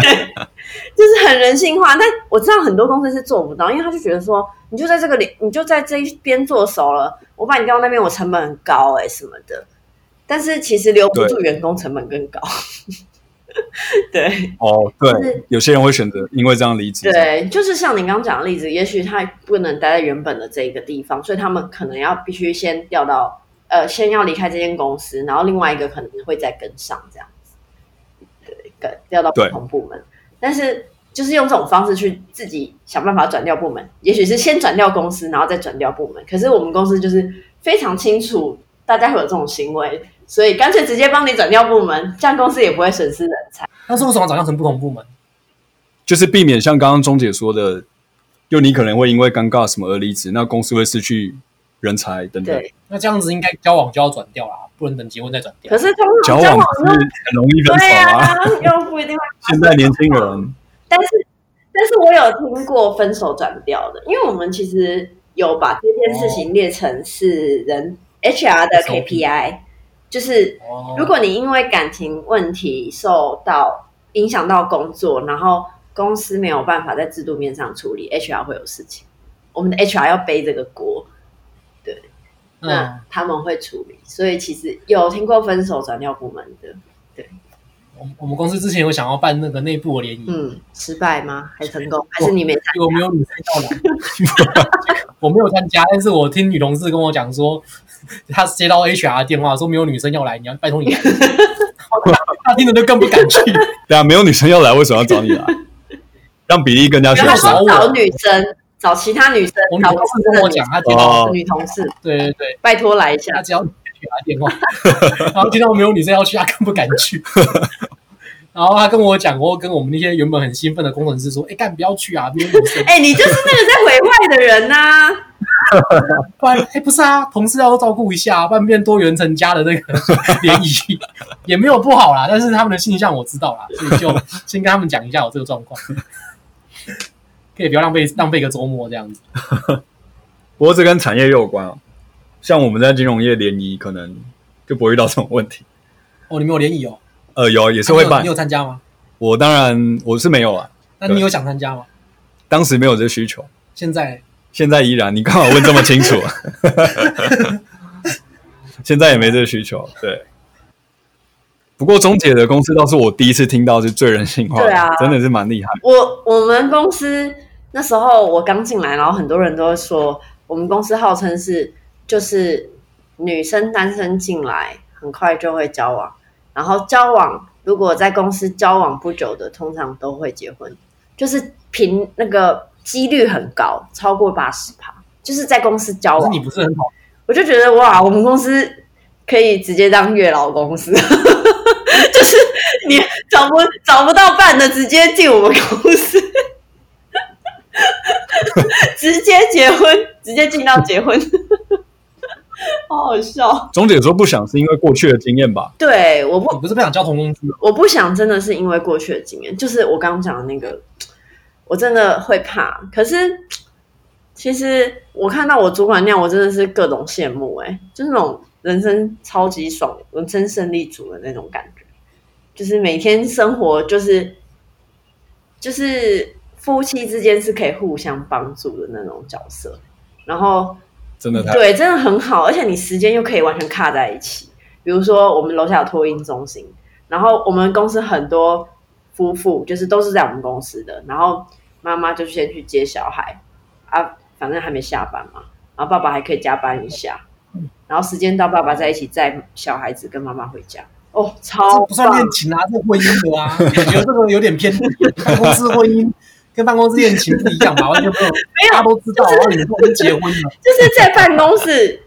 Speaker 2: 对， [LAUGHS] 就是很人性化。但我知道很多公司是做不到，因为他就觉得说，你就在这个里，你就在这一边做熟了，我把你调到那边，我成本很高哎、什么的。但是其实留不住员工，成本更高。 [LAUGHS] 对
Speaker 3: 哦，
Speaker 2: 就是
Speaker 3: 对，有些人会选择因为这样离职。
Speaker 2: 对，就是像你刚刚讲的例子，也许他不能待在原本的这一个地方，所以他们可能要必须先调到呃，先要离开这间公司，然后另外一个可能会再跟上这样子，对，跟调到不
Speaker 3: 对
Speaker 2: 同部门。但是就是用这种方式去自己想办法转调部门，也许是先转调公司，然后再转调部门。可是我们公司就是非常清楚大家会有这种行为，所以干脆直接帮你转调部门，这样公司也不会损失人才。
Speaker 1: 但是为什么转调成不同部门？
Speaker 3: 就是避免像刚刚钟姐说的，就你可能会因为尴尬什么而离职，那公司会失去人才等等。
Speaker 2: 对，
Speaker 1: 那这样子应该交往就要转调啦，不能等结婚再转
Speaker 3: 嗯
Speaker 1: 调
Speaker 2: 可。是通
Speaker 3: 交
Speaker 2: 常交
Speaker 3: 往
Speaker 2: 往
Speaker 3: 是很容易分
Speaker 2: 对
Speaker 3: 手啊。
Speaker 2: 啊，又不一定会。 [LAUGHS]
Speaker 3: 现在年轻人，
Speaker 2: 但是，但是我有听过分手转调的，因为我们其实有把这件事情列成是人 HR 的
Speaker 1: SOP
Speaker 2: KPI，就是
Speaker 1: 哦，
Speaker 2: 如果你因为感情问题受到影响到工作，然后公司没有办法在制度面上处理，HR 会有事情，我们的 HR 要背这个锅，
Speaker 1: 嗯
Speaker 3: 嗯
Speaker 2: 那，他们会处理。所以其实有听过分手转调部门的，
Speaker 1: 我们我们公司之前有想要办那个内部的联谊，
Speaker 2: 嗯，失败吗？还成功？还是你没参
Speaker 1: 有没有女生到来？ [LAUGHS] 我没有参加，但是我听女同事跟我讲说，她接到 HR 的电话说没有女生要来，你要拜托
Speaker 2: [LAUGHS]
Speaker 1: 你来。她听着就更不敢去。
Speaker 3: 对啊，没有女生要来，为什么要找你来？让比例更加
Speaker 2: 然
Speaker 3: 悬
Speaker 1: 要
Speaker 2: 后
Speaker 3: 殊
Speaker 1: 找。
Speaker 2: [LAUGHS] 说
Speaker 1: 我
Speaker 2: 找女生，找其他女生
Speaker 1: 我，女
Speaker 2: 找
Speaker 1: 同
Speaker 2: 公
Speaker 1: 事
Speaker 2: 司
Speaker 1: 跟
Speaker 2: 的
Speaker 1: 我
Speaker 2: 女
Speaker 1: 讲，她接到
Speaker 3: 哦，
Speaker 2: 女同事，
Speaker 1: 对对对，
Speaker 2: 拜托来一下
Speaker 1: 她。只要 HR 电话， [LAUGHS] 然后听到没有女生要去，她更不敢去。 [LAUGHS] 然后她跟我讲过，跟我们那些原本很兴奋的工程师说：“哎，干不要去啊，没有女生。 [LAUGHS]
Speaker 2: 哎、你就是那个在毁坏的人呐、
Speaker 1: 不然，哎，不是啊，同事要照顾一下，啊半边多元成家的那个 [LAUGHS] 联谊也没有不好啦。但是他们的性向我知道啦，所以就先跟他们讲一下我这个状况， [LAUGHS] 可以不要浪费浪费一个周末这样子。
Speaker 3: 不过这跟产业也有关啊。像我们在金融业联谊，可能就不会遇到这种问题。
Speaker 1: 哦，你们有联谊哦？
Speaker 3: 呃，有也是会
Speaker 1: 你有
Speaker 3: 办
Speaker 1: 你。有参加吗？
Speaker 3: 我当然我是没有啊，
Speaker 1: 那你有想参加吗？
Speaker 3: 当时没有这需求，
Speaker 1: 现在
Speaker 3: 现在依然。你刚好问这么清楚，
Speaker 2: [LAUGHS]
Speaker 3: 现在也没这需求。对。不过钟姐的公司倒是我第一次听到是最人性化的，
Speaker 2: 对啊
Speaker 3: 真的是蛮厉害。
Speaker 2: 我我们公司那时候我刚进来，然后很多人都会说，我们公司号称是就是女生单身进来，很快就会交往，然后交往如果在公司交往不久的，通常都会结婚，就是频那个几率很高，超过八十趴，就是在公司交
Speaker 1: 可是
Speaker 2: 往
Speaker 1: 你。不是很好，
Speaker 2: 我就觉得哇，我们公司可以直接当月老公司， [LAUGHS] 就是你找不找不到伴的，直接进我们公司， [LAUGHS] 直接结婚，直接进到结婚， [LAUGHS] 好好笑。
Speaker 3: 钟姐说不想是因为过去的经验吧？
Speaker 2: 对，我不
Speaker 1: 你不是不想交同工具吗？
Speaker 2: 我不想真的是因为过去的经验，就是我刚刚讲的那个，我真的会怕。可是其实我看到我主管那样，我真的是各种羡慕哎、就是那种人生超级爽、人生胜利组的那种感觉，就是每天生活就是就是夫妻之间是可以互相帮助的那种角色，然后
Speaker 3: 真的太
Speaker 2: 对，真的很好，而且你时间又可以完全卡在一起。比如说，我们楼下有托运中心，然后我们公司很多夫妇就是都是在我们公司的，然后妈妈就先去接小孩啊，反正还没下班嘛，然后爸爸还可以加班一下，然后时间到，爸爸在一起载小孩子跟妈妈回家。哦，超
Speaker 1: 这不算
Speaker 2: 棒
Speaker 1: 恋！情啊，这是婚姻的啊，我觉得这个有点偏题。办公室婚姻 [LAUGHS] 跟办公室恋情不一样吧？完全没有，大家都知道，然后你们都已经结婚了， [LAUGHS]
Speaker 2: 就是在办公室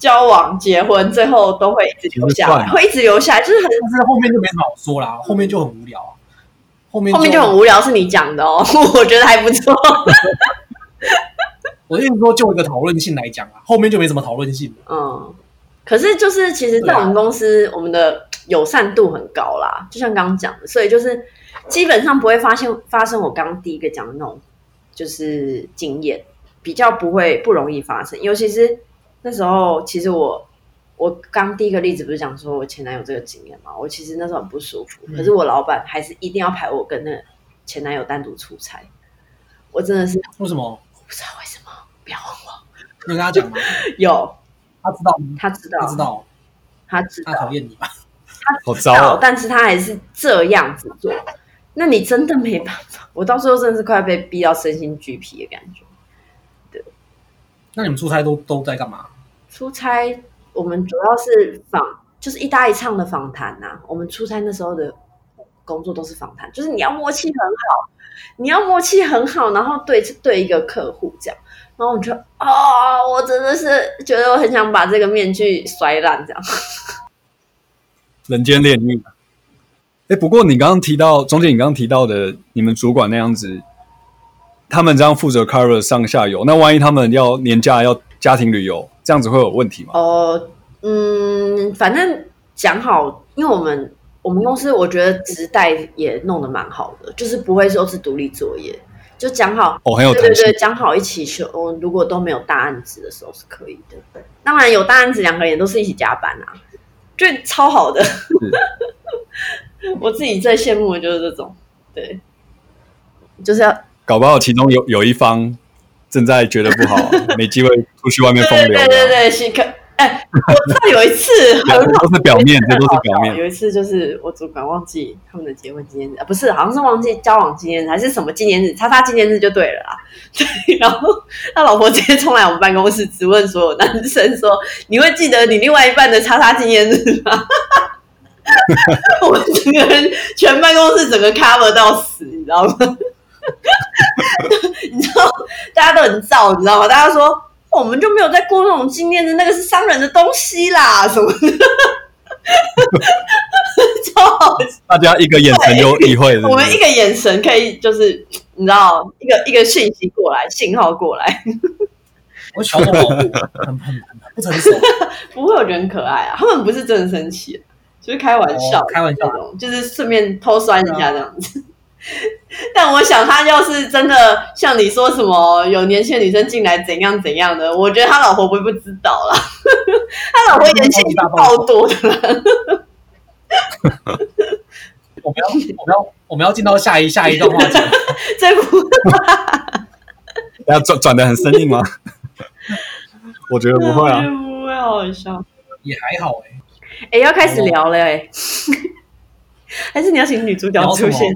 Speaker 2: 交往、结婚，最后都会一直留下来，会一直留下来，就是很
Speaker 1: 但是后面就没什么好说啦，后面就很无聊啊，后面
Speaker 2: 后面就很无聊，是你讲的哦， [LAUGHS] 我觉得还不错。
Speaker 1: 我的意思说，就一个讨论性来讲啊，后面就没什么讨论性了。
Speaker 2: 嗯，可是就是其实，在我们公司，我们的友善度很高啦，就像刚刚讲的，所以就是基本上不会发现发生我刚刚第一个讲的那种就是经验，比较不会不容易发生，尤其是那时候，其实我我刚第一个例子不是讲说我前男友这个经验嘛，我其实那时候很不舒服，
Speaker 1: 嗯
Speaker 2: 可是我老板还是一定要排我跟那个前男友单独出差，我真的是
Speaker 1: 为什么？
Speaker 2: 不知道为什么，不要问我，
Speaker 1: 你有跟他讲吗？
Speaker 2: 有
Speaker 1: 他知道吗？
Speaker 2: 他知道，
Speaker 1: 他知，道，
Speaker 2: 他知道
Speaker 1: 他。讨厌你吧？
Speaker 2: 啊
Speaker 3: 好糟
Speaker 2: 到，
Speaker 3: 哦，
Speaker 2: 但是他还是这样子做，那你真的没办法。我到最后真的是快被逼到身心俱疲的感觉。
Speaker 1: 那你们出差都都在干嘛？
Speaker 2: 出差我们主要是访，就是一搭一唱的访谈呐、我们出差那时候的工作都是访谈，就是你要默契很好，你要默契很好，然后对对一个客户这样。然后我就啊、我真的是觉得我很想把这个面具摔烂，这样。
Speaker 3: 人间炼狱。哎，不过你刚刚提到，钟姐，你刚刚提到的，你们主管那样子，他们这样负责 cover 上下游，那万一他们要年假要家庭旅游，这样子会有问题吗？
Speaker 2: 哦，嗯，反正讲好，因为我们我们公司我觉得职代也弄得蛮好的，就是不会说是独立作业，就讲好，
Speaker 3: 哦，很有
Speaker 2: 对
Speaker 3: 弹
Speaker 2: 对
Speaker 3: 性
Speaker 2: 对，，讲好一起休。如果都没有大案子的时候是可以的，当然有大案子，两个人都是一起加班啊，就超好的。 [LAUGHS] 我自己最羡慕的就是这种，对，就是要
Speaker 3: 搞不好其中有有一方正在觉得不
Speaker 2: [LAUGHS]
Speaker 3: 好，啊没机会出去外面风
Speaker 2: 对
Speaker 3: 流。啊
Speaker 2: 对对对，是可哎，我知道有一次很
Speaker 3: [LAUGHS] 两个都是表面，这都
Speaker 2: 好
Speaker 3: 是表面。
Speaker 2: 有一次就是我主管忘记他们的结婚纪念日，啊、不是，好像是忘记交往纪念日还是什么纪念日，叉叉纪念日就对了啦。 [LAUGHS] 对，然后他老婆直接冲来我们办公室质问所有男生说：“你会记得你另外一半的叉叉纪念日吗？” [LAUGHS] 我们整个人全办公室整个 cover 到死，你知道吗？ [LAUGHS] 你知道大家都很燥，你知道吗？大家说、哦我们就没有在过那种纪念日，那个是商人的东西啦，什么的，超好
Speaker 3: 大家一个眼
Speaker 2: [LAUGHS]
Speaker 3: 神就意会，是
Speaker 2: 我
Speaker 3: 不
Speaker 2: 们一
Speaker 3: 是？
Speaker 2: 个眼神可以，就是你知道，一个一个讯息过来，信号过来， [LAUGHS]
Speaker 1: 我小时候很很很不成熟，
Speaker 2: 不会有人可爱啊。他们不是真的生气，啊就是开玩笑，
Speaker 1: 哦开玩笑啊
Speaker 2: 那种，就是顺便偷酸一下这样子。 [LAUGHS] 但我想，他要是真的像你说什么有年轻的女生进来怎样怎样的，我觉得他老婆不会不知道啦。 [LAUGHS] 他老婆年轻已经爆多的了， [LAUGHS]
Speaker 1: 我们要我们要我们要进到下一下一段话题。
Speaker 2: 这不
Speaker 3: 大家转转的很生硬吗？ [LAUGHS] 我觉得不会
Speaker 2: 我觉
Speaker 3: 啊，
Speaker 2: 得不会好好笑。
Speaker 1: 也还好哎、
Speaker 2: 哎、要开始聊了哎、 [LAUGHS] 还是你要请女主角
Speaker 1: 聊什
Speaker 2: 出
Speaker 1: 么
Speaker 2: 现？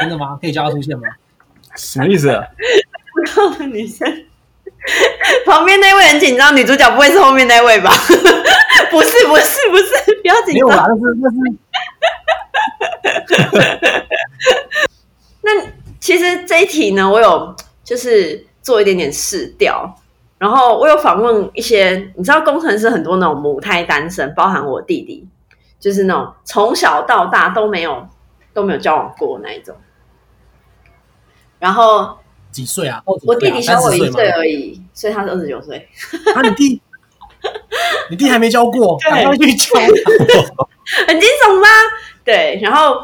Speaker 1: 真的吗？可以叫他出现吗？
Speaker 2: [LAUGHS]
Speaker 3: 什么意思啊？
Speaker 2: 靠的女生跑旁边那位很紧张，女主角不会是后面那位吧？ [LAUGHS] 不是，不是，不是， [LAUGHS] 不要紧
Speaker 1: 没有啦
Speaker 2: 张。，
Speaker 1: 那是那是
Speaker 2: 那其实这一题呢，我有就是做一点点试调，然后我有访问一些，你知道工程师很多那种母胎单身，包含我弟弟，就是那种从小到大都没有都没有交往过那一种。然后
Speaker 1: 几岁啊？二十
Speaker 2: 我弟弟
Speaker 1: 岁啊
Speaker 2: 小我
Speaker 1: 30
Speaker 2: 一
Speaker 1: 岁
Speaker 2: 岁
Speaker 1: 嘛
Speaker 2: 而已，所以他是二十九岁。
Speaker 1: 啊，你弟，你弟还没教过，
Speaker 2: 对
Speaker 1: 赶快去教。
Speaker 2: 很惊悚吧？对，然后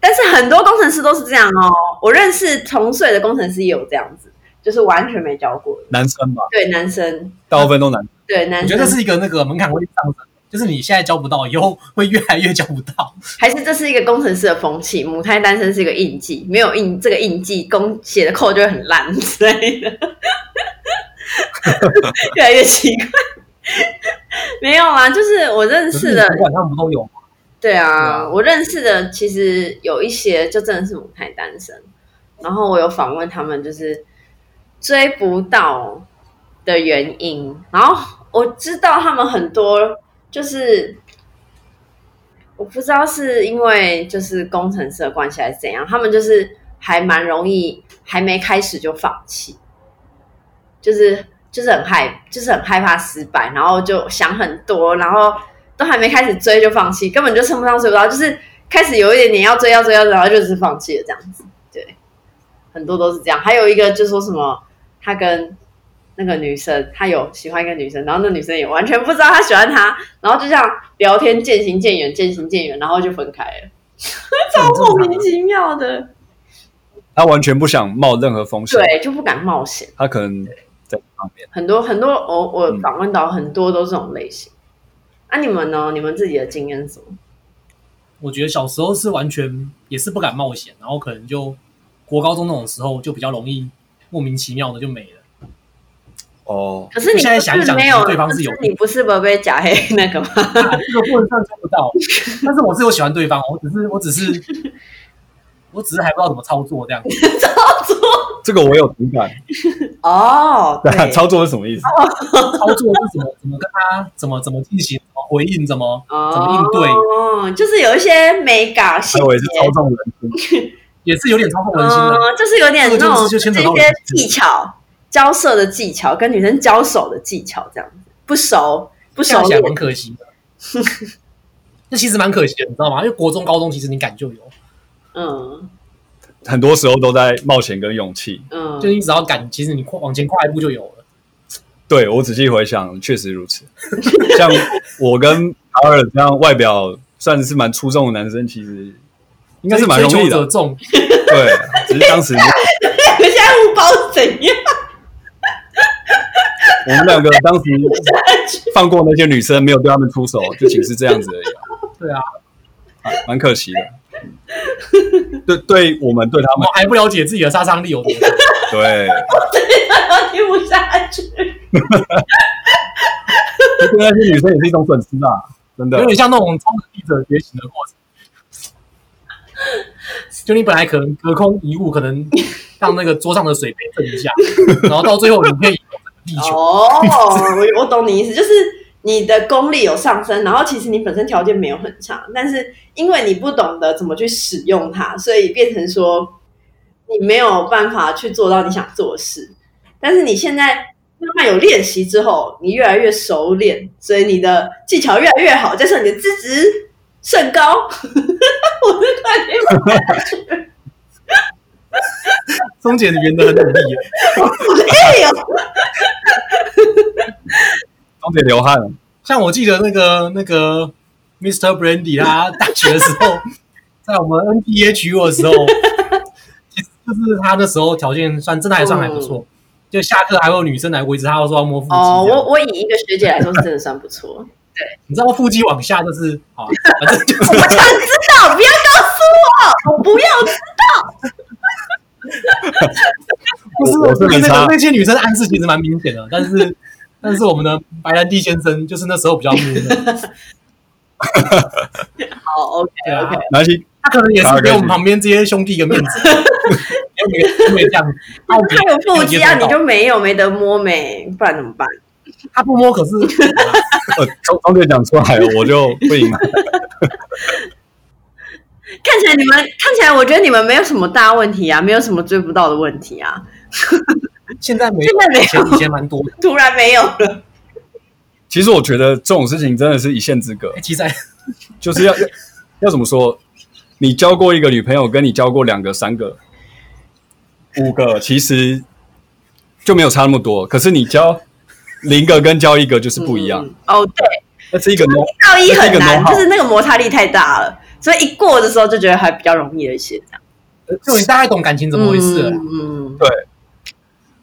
Speaker 2: 但是很多工程师都是这样哦，我认识同岁的工程师也有这样子，就是完全没教过的。
Speaker 3: 男生吧，
Speaker 2: 对，男生，
Speaker 3: 大部分都男生。
Speaker 2: 对男
Speaker 1: 我
Speaker 2: 生，
Speaker 1: 觉得这是一个那个门槛会上升，就是你现在教不到，以后会越来越教不到。
Speaker 2: 还是这是一个工程师的风气，母胎单身是一个印记，没有印这个印记，工写的扣就会很烂之类的， [LAUGHS] 越来越奇怪。 [LAUGHS] 没有啊，就是我认识的
Speaker 1: 不管他们不都有吗？
Speaker 2: 对啊，
Speaker 1: 对啊
Speaker 2: 我认识的其实有一些就真的是母胎单身，然后我有访问他们，就是追不到的原因，然后我知道他们很多就是我不知道是因为就是工程师的关系还是怎样，他们就是还蛮容易还没开始就放弃，就是就是很害就是很害怕失败，然后就想很多，然后都还没开始追就放弃，根本就称不上追不到，就是开始有一点点要追要追要追，然后就是放弃了这样子。对，很多都是这样。还有一个就说什么他跟那个女生，他有喜欢一个女生，然后那女生也完全不知道他喜欢他，然后就这样聊天渐行渐远，渐行渐远，然后就分开了，
Speaker 1: 这很
Speaker 2: 莫
Speaker 1: 正常
Speaker 2: 名其妙的。
Speaker 3: 他完全不想冒任何风险，
Speaker 2: 对，就不敢冒险。
Speaker 3: 他可能在旁边。
Speaker 2: 很多很多，我我
Speaker 3: 嗯
Speaker 2: 访问到很多都是这种类型。那、你们呢？你们自己的经验是什么？
Speaker 1: 我觉得小时候是完全也是不敢冒险，然后可能就国高中那种时候就比较容易莫名其妙的就没了。
Speaker 3: 哦，
Speaker 2: 可是你
Speaker 1: 现在想一
Speaker 2: 不是
Speaker 1: 想
Speaker 2: 没有，
Speaker 1: 对方是有
Speaker 2: 可你不是不被假黑 [LAUGHS] 那个吗？
Speaker 1: 啊这个不能算做不
Speaker 2: [LAUGHS]
Speaker 1: 到，但是我是有喜欢对方，我只是我只是我只是还不知道怎么操作这样子。
Speaker 3: 这个我有同感。
Speaker 1: [LAUGHS]
Speaker 2: 哦，对，
Speaker 1: 啊
Speaker 3: [LAUGHS]
Speaker 2: 哦
Speaker 3: 操作是什么意思？
Speaker 1: 操作是怎么怎么跟他怎么怎么进行，怎么回应，怎么怎么应对，啊
Speaker 2: 哦，就是有一些美感细
Speaker 3: 我以为是
Speaker 2: 节，
Speaker 3: 操纵人心。
Speaker 1: 也是有点操控人心啊的。
Speaker 2: 嗯就是有点那
Speaker 1: 这个
Speaker 2: 种
Speaker 1: 就是就牵扯到
Speaker 2: 一些技巧，交涉的技巧，跟女生交手的技巧，这样子不熟不
Speaker 1: 这
Speaker 2: 熟
Speaker 1: 样想
Speaker 2: 练，
Speaker 1: 蛮可惜的。 [LAUGHS] 那其实蛮可惜的，你知道吗？因为国中、高中其实你敢就有，
Speaker 2: 嗯
Speaker 3: 很多时候都在冒险跟勇气。
Speaker 2: 嗯，
Speaker 1: 就是你只要敢，其实你跨往前跨一步就有了。
Speaker 3: 对我仔细回想，确实如此。 [LAUGHS] 像我跟卡尔这样外表算是蛮出众的男生，其实应
Speaker 1: 应
Speaker 3: 该是蛮容易
Speaker 1: 者
Speaker 3: 的。
Speaker 1: 众，
Speaker 3: 对，只是当时
Speaker 2: 你 [LAUGHS] 们现在互包是怎样？ [LAUGHS]
Speaker 3: 我们两个当时放过那些女生，没有对他们出手，就仅是这样子而已啊、
Speaker 1: 对啊，
Speaker 3: 啊，蛮可惜的。嗯对，对我们对他
Speaker 1: 我
Speaker 3: 们
Speaker 1: 们还不了解自己的杀伤力有多大。
Speaker 3: 对，
Speaker 2: 听不下去，
Speaker 3: 就对那些女生也是一种损失啊，真的
Speaker 1: 有。点像那种超能力者觉醒的过程。就你本来可能隔空一物，可能让那个桌上的水杯震一下，然后到最后你可以移动整个地球。
Speaker 2: 哦，我我懂你意思，就是你的功力有上升，然后其实你本身条件没有很差，但是因为你不懂得怎么去使用它，所以变成说你没有办法去做到你想做的事。但是你现在慢慢有练习之后，你越来越熟练，所以你的技巧越来越好，加上你的资质甚高，我 [LAUGHS] 是快点
Speaker 1: 松姐圆的很努力耶，
Speaker 2: 哎呦，
Speaker 3: 中姐流汗了，
Speaker 1: 像我记得那个那个 Mr. Brandy 他大学的时
Speaker 2: [LAUGHS]
Speaker 1: 候，在我们 NBA 取我的时候，其实就是他那时候条件算真的还算还不错，就下课还会有女生来围着他说要摸腹肌这样。
Speaker 2: 嗯哦，我我以一个学姐来说，是真的算不错。
Speaker 1: 你知道腹肌往下就是好
Speaker 2: [LAUGHS]
Speaker 1: 啊，反正就是
Speaker 2: 我想知道，不要告诉我，我不要知道。
Speaker 1: 不是，
Speaker 3: 我我是
Speaker 1: 那
Speaker 3: 没
Speaker 1: 个
Speaker 3: 差
Speaker 1: 那些女生的暗示其实蛮明显的，但是 [LAUGHS] 但是我们的白兰地先生就是那时候比较木讷，
Speaker 2: 好，OK
Speaker 1: 对啊
Speaker 2: OK，
Speaker 3: 南希
Speaker 2: [LAUGHS]
Speaker 3: 啊
Speaker 1: 他可能也是给我们旁边这些兄弟一个面子，那个因为这样，他
Speaker 2: 他有腹肌啊，你就没有没得摸没，不然怎么办？
Speaker 1: 他不摸，可是
Speaker 3: 呃，从从这讲出来我就不赢了。
Speaker 2: 看起来你们看起来，我觉得你们没有什么大问题啊，没有什么追不到的问题啊，
Speaker 1: 现在没有，
Speaker 2: 现在没有
Speaker 1: 以前以前蛮多的。 [LAUGHS]
Speaker 2: 突然没有了，
Speaker 3: 其实我觉得这种事情真的是一线之隔
Speaker 1: [LAUGHS] 哎，其实
Speaker 2: [LAUGHS]
Speaker 1: 还
Speaker 3: 就是要要要怎么说？你交过一个女朋友，跟你交过两个、三个、五个，其实就没有差那么多。可是你交零个跟交一个就是不一样
Speaker 2: 嗯。，哦，对，
Speaker 3: 那是一个 no，
Speaker 2: 到一很难，
Speaker 3: 那是一个 know-how
Speaker 2: 就是那个摩擦力太大了，所以一过的时候就觉得还比较容易了一些，这样
Speaker 1: 就你大概懂感情怎么回事了啦。
Speaker 2: 嗯，嗯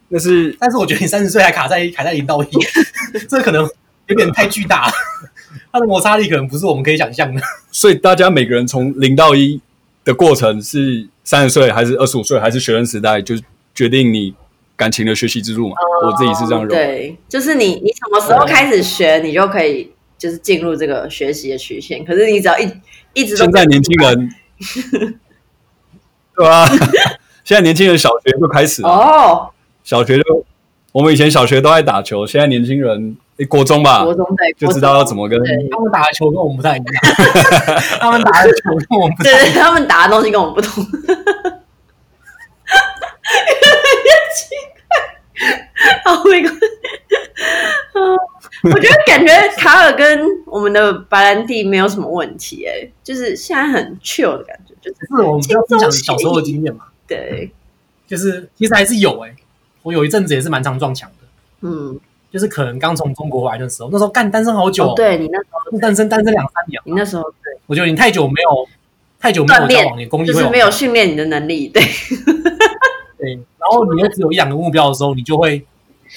Speaker 3: 那是
Speaker 1: 但是我觉得你三十岁还卡在卡在零到一， [LAUGHS] 这可能有点太巨大了。 [LAUGHS] 它的摩擦力可能不是我们可以想
Speaker 2: [LAUGHS]
Speaker 1: 象的。
Speaker 3: 所以大家每个人从零到一的过程是三十岁还是二十五岁还是学生时代，就决定你感情的学习之路嘛。我自己是这样认啊为。
Speaker 2: 对，就是你你什么时候开始学，你就可以就是进入这个学习的曲线。可是你只要一一直都
Speaker 3: 现在年轻人， [LAUGHS]
Speaker 2: [LAUGHS]
Speaker 3: 对吧、现在年轻人小学就开始了，
Speaker 2: 哦，
Speaker 3: 小学就我们以前小学都爱打球，现在年轻人、诶国中吧
Speaker 2: 国中对，
Speaker 3: 啊就知道要怎么跟
Speaker 2: 国中对
Speaker 1: 他们打的球跟我们不太一
Speaker 2: [LAUGHS]
Speaker 1: 样，他们打的球跟我们不太一样。
Speaker 2: 对对， [LAUGHS] 他们打的东西跟我们不同。 [LAUGHS] 越来越奇怪，好没关系。 [LAUGHS] 嗯我觉得感觉卡尔跟我们的白兰地没有什么问题、哎，就是现在很 chill 的感觉，就是
Speaker 1: 可是我们比较分享小时候的经验嘛，
Speaker 2: 对，
Speaker 1: 就是其实还是有哎、我有一阵子也是蛮常撞墙的，
Speaker 2: 嗯，
Speaker 1: 就是可能刚从中国回来的时候，那时候干单身好久、
Speaker 2: 哦，对你那时候，
Speaker 1: 单身单身两三年，
Speaker 2: 你那时候对。
Speaker 1: 我觉得你太久没有太久没有交往，你功力
Speaker 2: 就
Speaker 1: 会
Speaker 2: 是
Speaker 1: 往
Speaker 2: 没有训练你的能力，对，
Speaker 1: 对，然后你又只有一两个目标的时候，你就会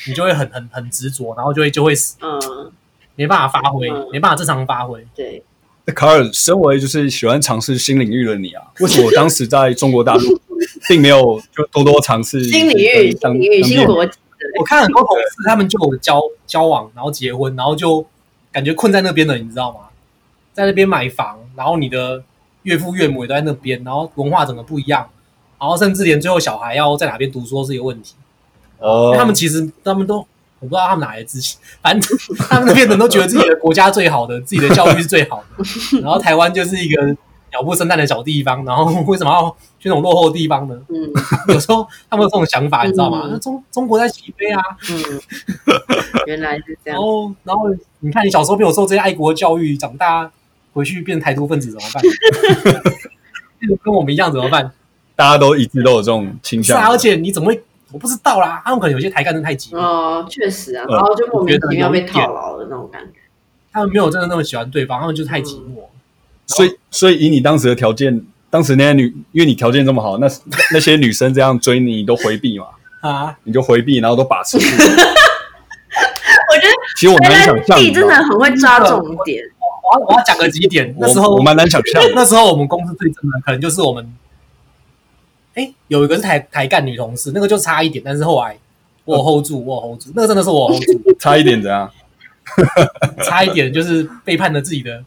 Speaker 1: 你就会很很很执着，然后就会就会死
Speaker 2: 嗯，
Speaker 1: 没办法发挥，
Speaker 2: 嗯
Speaker 1: 没办法正常发挥。
Speaker 2: 对，
Speaker 3: 卡尔。身为就是喜欢尝试新领域的你啊，为什么我当时在中国大
Speaker 2: [LAUGHS]
Speaker 3: 陆并没有就多多尝试
Speaker 2: 新领域、
Speaker 3: 当
Speaker 2: 新领域、
Speaker 3: 当
Speaker 2: 新
Speaker 3: 地人
Speaker 2: 逻辑，
Speaker 1: 我看很多同事他们就有交交往，然后结婚，然后就感觉困在那边了，你知道吗？在那边买房，然后你的岳父岳母也都在那边，然后文化整个不一样，然后甚至连最后小孩要在哪边读书都是一个问题。因
Speaker 3: 哦
Speaker 1: 为，他们其实他们都我不知道他们哪来的自信，反正他们那边人都觉得自己的国家最好的，自己的教育是最好的，然后台湾就是一个鸟不生蛋的小地方，然后为什么要去那种落后的地方呢？
Speaker 2: 嗯
Speaker 1: 有时候他们有这种想法，你知道吗？
Speaker 2: 嗯
Speaker 1: 那中中国在起飞啊，
Speaker 2: 嗯，原来是这
Speaker 1: 然
Speaker 2: 样，
Speaker 1: 后然后你看你小时候没有受这些爱国教育，长大回去变台独分子怎么办？ [LAUGHS] 跟我们一样怎么办？
Speaker 3: 大家都一直都有这种倾
Speaker 1: 是
Speaker 3: 向
Speaker 1: 啊，，而且你怎么会？我不知道啦，他们可能有些台干真太激烈，
Speaker 2: 哦，确实啊，
Speaker 3: 嗯
Speaker 2: 然后就莫名其妙被套牢的那种感觉，
Speaker 1: 他们没有真的那么喜欢对方，他们就是太寂寞。
Speaker 3: 所以所以以你当时的条件，当时那些女，因为你条件这么好，那那些女生这样追你，你都回避嘛，
Speaker 2: 嗯
Speaker 1: 啊，
Speaker 3: 你就回避，然后都把持住。
Speaker 2: 我觉得
Speaker 3: 其实我难
Speaker 2: 白
Speaker 3: 想
Speaker 2: 兰
Speaker 3: 象，哦
Speaker 2: 地
Speaker 3: 你知
Speaker 2: 真
Speaker 3: 道
Speaker 2: [LAUGHS] 的
Speaker 3: 吗
Speaker 2: 很会抓重点，
Speaker 1: 我要我要讲个几点。那时候
Speaker 3: 我我蛮难想象的，
Speaker 1: 那时候我们公司最正的可能就是我们，哎，有一个是台台干女同事，那个就差一点，但是后来我有 hold 住，我有 hold 住，那个真的是我有 hold 住，
Speaker 3: 差一点怎样？ [LAUGHS]
Speaker 1: 差一点就是背叛了自己的，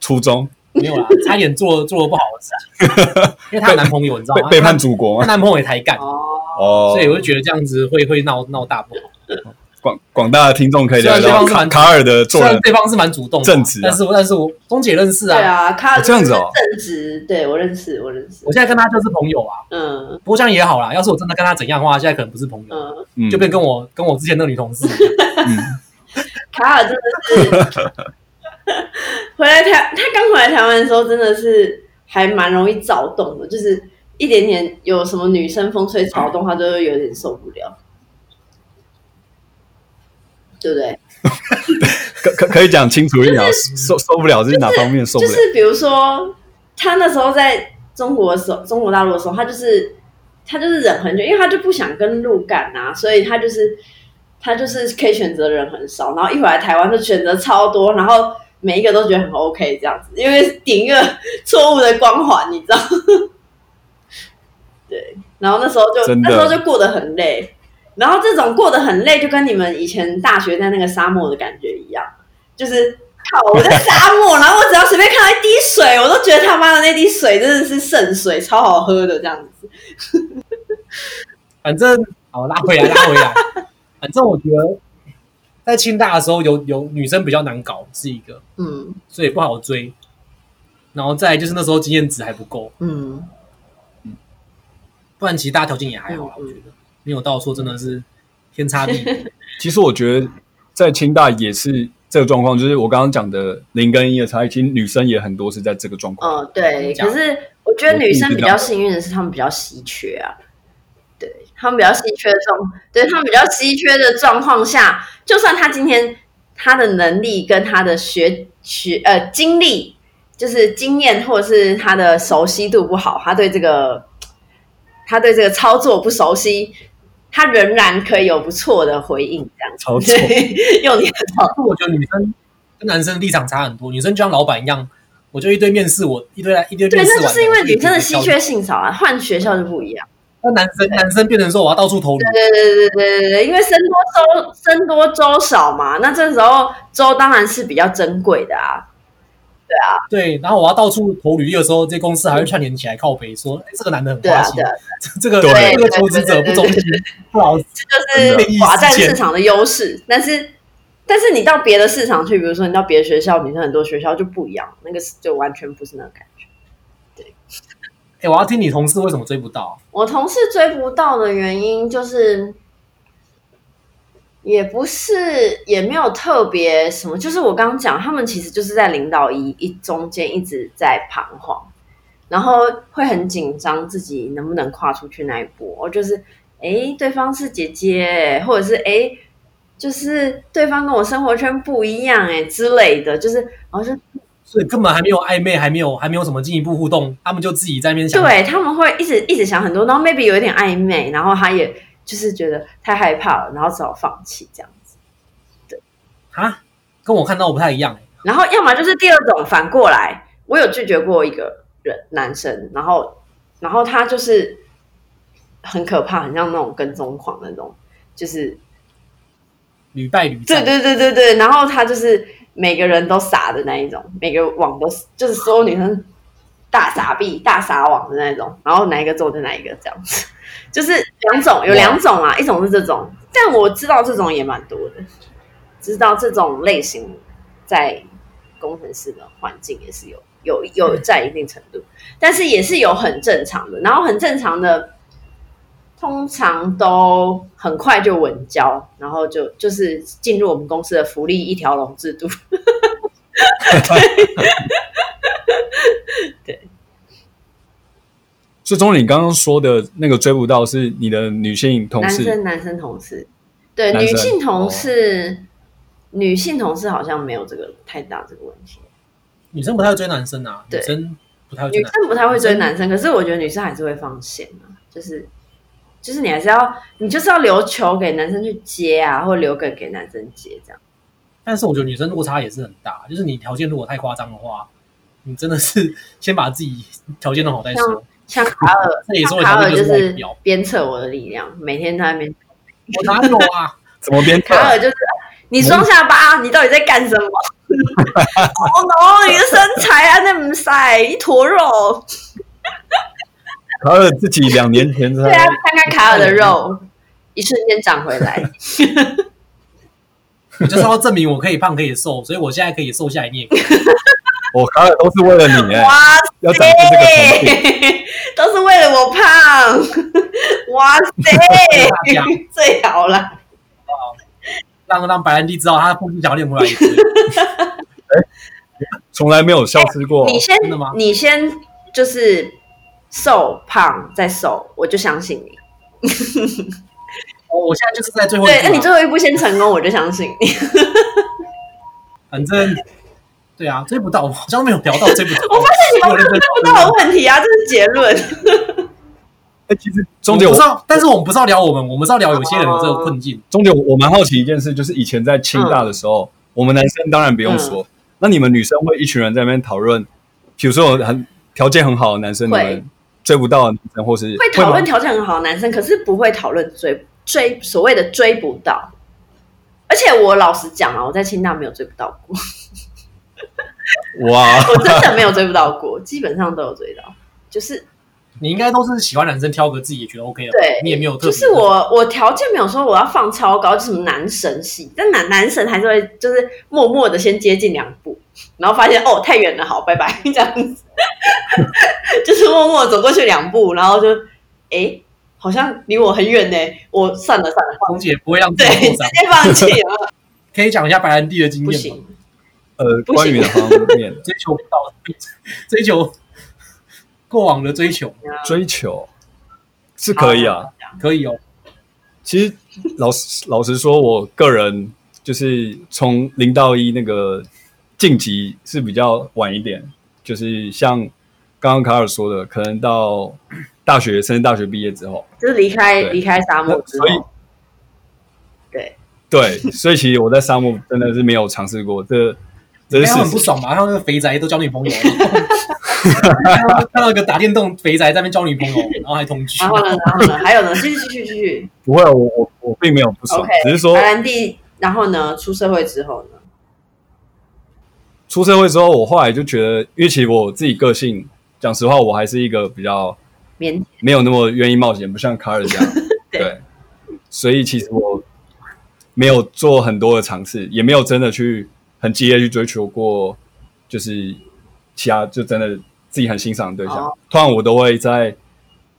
Speaker 3: 初
Speaker 2: [LAUGHS]
Speaker 3: 中
Speaker 1: 没有啦，差一点做做了不好的事
Speaker 3: [LAUGHS]
Speaker 1: 情，因为她有男朋友，你知道
Speaker 3: 背
Speaker 1: 吗？
Speaker 3: 背叛祖国
Speaker 1: 她
Speaker 3: 吗？
Speaker 1: 男朋友也台干，
Speaker 2: 哦，
Speaker 3: 哦，
Speaker 1: 所以我就觉得这样子会会闹闹大不好。
Speaker 3: 广广大的听众可以了
Speaker 1: 虽然
Speaker 3: 解到
Speaker 1: 对方是
Speaker 3: 卡
Speaker 1: 蛮
Speaker 3: 卡尔
Speaker 1: 虽
Speaker 3: 的做
Speaker 1: 然
Speaker 3: 人
Speaker 1: 对方是蛮主动的啊
Speaker 3: 正直啊
Speaker 1: 但是我但是我钟姐认识
Speaker 2: 对
Speaker 1: 啊，
Speaker 2: 啊，他
Speaker 3: 哦这样子哦
Speaker 2: 正直，对我认识，我认识
Speaker 1: 我，现在跟她就是朋友啊，
Speaker 2: 嗯
Speaker 1: 不过这样也好啦。要是我真的跟她怎样的话，现在可能不是朋友。
Speaker 2: 嗯，
Speaker 3: 嗯
Speaker 1: 就变跟我跟我之前那个女同事一 [LAUGHS] 样，
Speaker 2: 卡尔真的是 [LAUGHS] 回来台，他刚回来台湾的时候，真的是还蛮容易躁动的，就是一点点有什么女生风吹草动，他都会有点受不了，对不对？
Speaker 3: 可可可以讲清楚一点啊，受受不了是哪方面受不
Speaker 2: 就
Speaker 3: 了？
Speaker 2: 是比如说，他那时候在中国的时候，中国大陆的时候，他就是他就是忍很久，因为他就不想跟路干啊，所以他就是他就是可以选择的人很少，然后一回来台湾就选择超多，然后每一个都觉得很 OK 这样子，因为顶一个错误的光环，你知道？ [LAUGHS] 对，然后那时候就
Speaker 3: 真
Speaker 2: 那
Speaker 3: 的
Speaker 2: 时候就过得很累。然后这种过得很累，就跟你们以前大学在那个沙漠的感觉一样，就是靠我在沙漠，然后我只要随便看到一滴水，我都觉得他妈的那滴水真的是圣水，超好喝的这样子。
Speaker 1: 反正好拉回来，拉回来。反正我觉得在清大的时候有有女生比较难搞是一个，
Speaker 2: 嗯
Speaker 1: 所以不好追。然后再来就是那时候经验值还不够，
Speaker 2: 嗯
Speaker 1: 不然其实大家条件也还好啦，
Speaker 2: 嗯嗯
Speaker 1: 我觉得没有到说真的是天差地
Speaker 2: [LAUGHS]
Speaker 1: 别。
Speaker 3: 其实我觉得在清大也是这个状况，就是我刚刚讲的零跟一的差异，其实女生也很多是在这个状况。
Speaker 2: 哦，对。
Speaker 1: 讲
Speaker 2: 可是我觉得女生比较幸运的是，她们比较稀缺啊。对她们比较稀缺的状，对她们比较稀缺的状况下，就算她今天她的能力跟她的学学呃经历，就是经验或者是她的熟悉度不好，她对这个她对这个操作不熟悉，她仍然可以有不错的回应，这样
Speaker 3: 操作
Speaker 2: 对， [LAUGHS] 用你的操
Speaker 1: 但我觉得女生跟男生立场差很多，女生就像老板一样，我就一堆面试，我一堆来一堆
Speaker 2: 对，
Speaker 1: 面试
Speaker 2: 那
Speaker 1: 完了
Speaker 2: 就是因为女生的稀。
Speaker 1: 我就一堆挑
Speaker 2: 缺性少啊，换学校就不一样。
Speaker 1: 那男生男生变成说我要到处投履，
Speaker 2: 对对对对对对，因为僧多粥僧多粥少嘛，那这时候粥当然是比较珍贵的啊。
Speaker 1: 对，然后我要到处投履历的时候，这些公司还会串联起来靠北说，哎，这个男的很
Speaker 2: 对啊
Speaker 1: 花心
Speaker 2: 对啊，，
Speaker 1: [LAUGHS] 这个
Speaker 3: 对
Speaker 1: 这个求职者不忠心，不老实。
Speaker 2: 这就是华占市场的优势。但是但是你到别的市场去，比如说你到别的学校，女生很多学校就不一样，那个是就完全不是那个感觉。
Speaker 1: 哎，我要听你同事为什么追不到？
Speaker 2: 我同事追不到的原因就是，也不是也没有特别什么，就是我刚刚讲，他们其实就是在零到一一中间一直在彷徨，然后会很紧张自己能不能跨出去那一步，我就是诶，对方是姐姐，或者是诶，就是对方跟我生活圈不一样哎之类的，就是然后就
Speaker 1: 所以根本还没有暧昧，还没有还没有什么进一步互动，他们就自己在那边想。
Speaker 2: 对他们会一直一直想很多，然后 maybe 有一点暧昧，然后他也就是觉得太害怕了，然后只好放弃这样子。
Speaker 1: 啊，跟我看到不太一样、欸。
Speaker 2: 然后要么就是第二种，反过来，我有拒绝过一个人男生，然后然后他就是很可怕，很像那种跟踪狂那种，就是
Speaker 1: 屡败屡
Speaker 2: 对
Speaker 1: 战。
Speaker 2: 对对对对，然后他就是每个人都傻的那一种，每个网都就是所有女生大傻逼、大傻网的那种，然后哪一个做就哪一个这样子，就是两种，有两种啊，一种是这种，但我知道这种也蛮多的，知道这种类型在工程师的环境也是有有有在一定程度，但是也是有很正常的，然后很正常的。通常都很快就稳交，然后就就是进入我们公司的福利一条龙制度。
Speaker 3: 最终你刚刚说的那个追不到是你的女性同
Speaker 2: 男
Speaker 3: 事，
Speaker 2: 生男生同事，对
Speaker 3: 男
Speaker 2: 女
Speaker 3: 生
Speaker 2: 性同事，女性同事好像没有这个太大这个问题。
Speaker 1: 女生不太会追男生啊，
Speaker 2: 对
Speaker 1: 女生不太会追
Speaker 2: 女
Speaker 1: 男
Speaker 2: 生不太会追男生，可是我觉得女生还是会放线啊，就是就是你还是要你就是要留球给男生去接啊，或留梗给男生接这样。
Speaker 1: 但是我觉得女生落差也是很大，就是你条件如果太夸张的话，你真的是先把自己条件弄好再说。
Speaker 2: 像卡尔，
Speaker 1: 这里
Speaker 2: 像
Speaker 1: 说的
Speaker 2: 卡
Speaker 1: 条
Speaker 2: 尔
Speaker 1: 件
Speaker 2: 就是
Speaker 1: 外
Speaker 2: 是
Speaker 1: 表，
Speaker 2: 鞭策我的力量，每天在那边
Speaker 1: 我哪有啊？
Speaker 3: 怎么编
Speaker 2: 卡尔就是哎你双下巴，你到底在干什么？哦 no！你的身材啊，那么晒一坨肉。
Speaker 3: 卡尔自己两年前
Speaker 2: 对啊，
Speaker 3: 才
Speaker 2: 看看卡尔的肉，一瞬间长回来。
Speaker 1: 我就是要证明我可以胖可以瘦，所以我现在可以瘦下来，你也可以。
Speaker 3: 我卡尔都是为了你哎、
Speaker 2: 哇
Speaker 3: 要展示这个程度。
Speaker 2: 塞， [LAUGHS] 都是为了我胖。哇塞，
Speaker 1: 大家
Speaker 2: [LAUGHS] 最好了。
Speaker 1: 让让白兰地知道他的腹肌条练不来也可以，
Speaker 3: 从来没有消失过。
Speaker 2: 哎
Speaker 3: 哦
Speaker 2: 你先
Speaker 1: 真的吗，
Speaker 2: 你先就是瘦胖再瘦，我就相信你。
Speaker 1: [LAUGHS] 我我现在就是在最后一
Speaker 2: 对，那哎你
Speaker 1: 步、
Speaker 2: 最
Speaker 1: 啊，
Speaker 2: 后一步先成功，我就相信你。
Speaker 1: 反正对啊，追不到，我好像没有聊到追不到。
Speaker 2: 我发现你们
Speaker 1: 我认真
Speaker 2: 不到的问题啊， [LAUGHS] 这是结论。
Speaker 3: 哎、其实钟姐，
Speaker 1: 我
Speaker 3: 我
Speaker 1: 不知道，但是我们不是要聊我们，我们是要聊有些人的这个
Speaker 2: 哦
Speaker 1: 困境。
Speaker 3: 钟姐，我蛮好奇一件事，就是以前在清大的
Speaker 2: 嗯
Speaker 3: 时候，我们男生当然不用说，那你们女生会一群人在那边讨论，比如说有很条件很好的男生，你
Speaker 2: 会
Speaker 3: 们追不到的男生，或是
Speaker 2: 会讨论
Speaker 3: 吗
Speaker 2: 条件很好的男生，可是不会讨论追追所谓的追不到。而且我老实讲啊，我在清大没有追不到
Speaker 1: [LAUGHS]
Speaker 2: 过，
Speaker 3: 哇，
Speaker 2: 我真的没有追不到过，基本上都有追到，就是
Speaker 1: 你应该都是喜欢男生挑个自己也觉得 OK 的吧，
Speaker 2: 对
Speaker 1: 你也没有特别。
Speaker 2: 就是我，我条件没有说我要放超高，就什么男神系，但男男神还是会就是默默的先接近两步，然后发现哦太远了，好拜 [LAUGHS] 拜这样子，就是默默走过去两步，然后就哎好像离我很远呢，我算了算了，
Speaker 1: 空姐不会让自
Speaker 2: [LAUGHS] 对，
Speaker 1: 己受
Speaker 2: 直
Speaker 1: 伤。
Speaker 2: 接放弃了，
Speaker 1: 可以讲一下白兰地的经
Speaker 2: 不
Speaker 1: 验吗？
Speaker 2: 行，
Speaker 3: 呃，
Speaker 2: 不行
Speaker 3: 关于哪方面的
Speaker 1: 追求不到，追求过往的追求
Speaker 3: 追求是可以啊。
Speaker 1: 可以哦。
Speaker 3: 其实老实 [LAUGHS] 老实说，我个人就是从零到一那个晋级是比较晚一点，就是像刚刚卡尔说的，可能到大学甚至大学毕业之后，
Speaker 2: [LAUGHS] 就是离开
Speaker 3: 对
Speaker 2: 离开沙漠之
Speaker 3: 所以
Speaker 2: 后，哦对，
Speaker 3: 对，所以其实我在沙漠真的是没有尝试过这。这
Speaker 1: 没
Speaker 3: 是
Speaker 1: 有很
Speaker 3: 事
Speaker 1: 不
Speaker 3: 实，
Speaker 1: 爽吧？他那个肥宅都交女朋友， [LAUGHS] 看到一个打电动肥宅在那边交女朋友，然后还同居
Speaker 2: 然，后呢，然后呢，还有呢，继续继续继续
Speaker 3: 不会，啊我我我并没有不爽
Speaker 2: OK，哎
Speaker 3: 只是说
Speaker 2: 白兰地，然后呢，出社会之后呢，
Speaker 3: 出社会之后，我后来就觉得，因为其实我自己个性，讲实话，我还是一个比较
Speaker 2: 腼腆，
Speaker 3: 没有那么愿意冒险，不像卡尔这样，
Speaker 2: [LAUGHS] 对
Speaker 3: 对，所以其实我没有做很多的尝试，也没有真的去很激烈去追求过，就是其他就真的自己很欣赏的对象
Speaker 2: 哦。
Speaker 3: 通常我都会在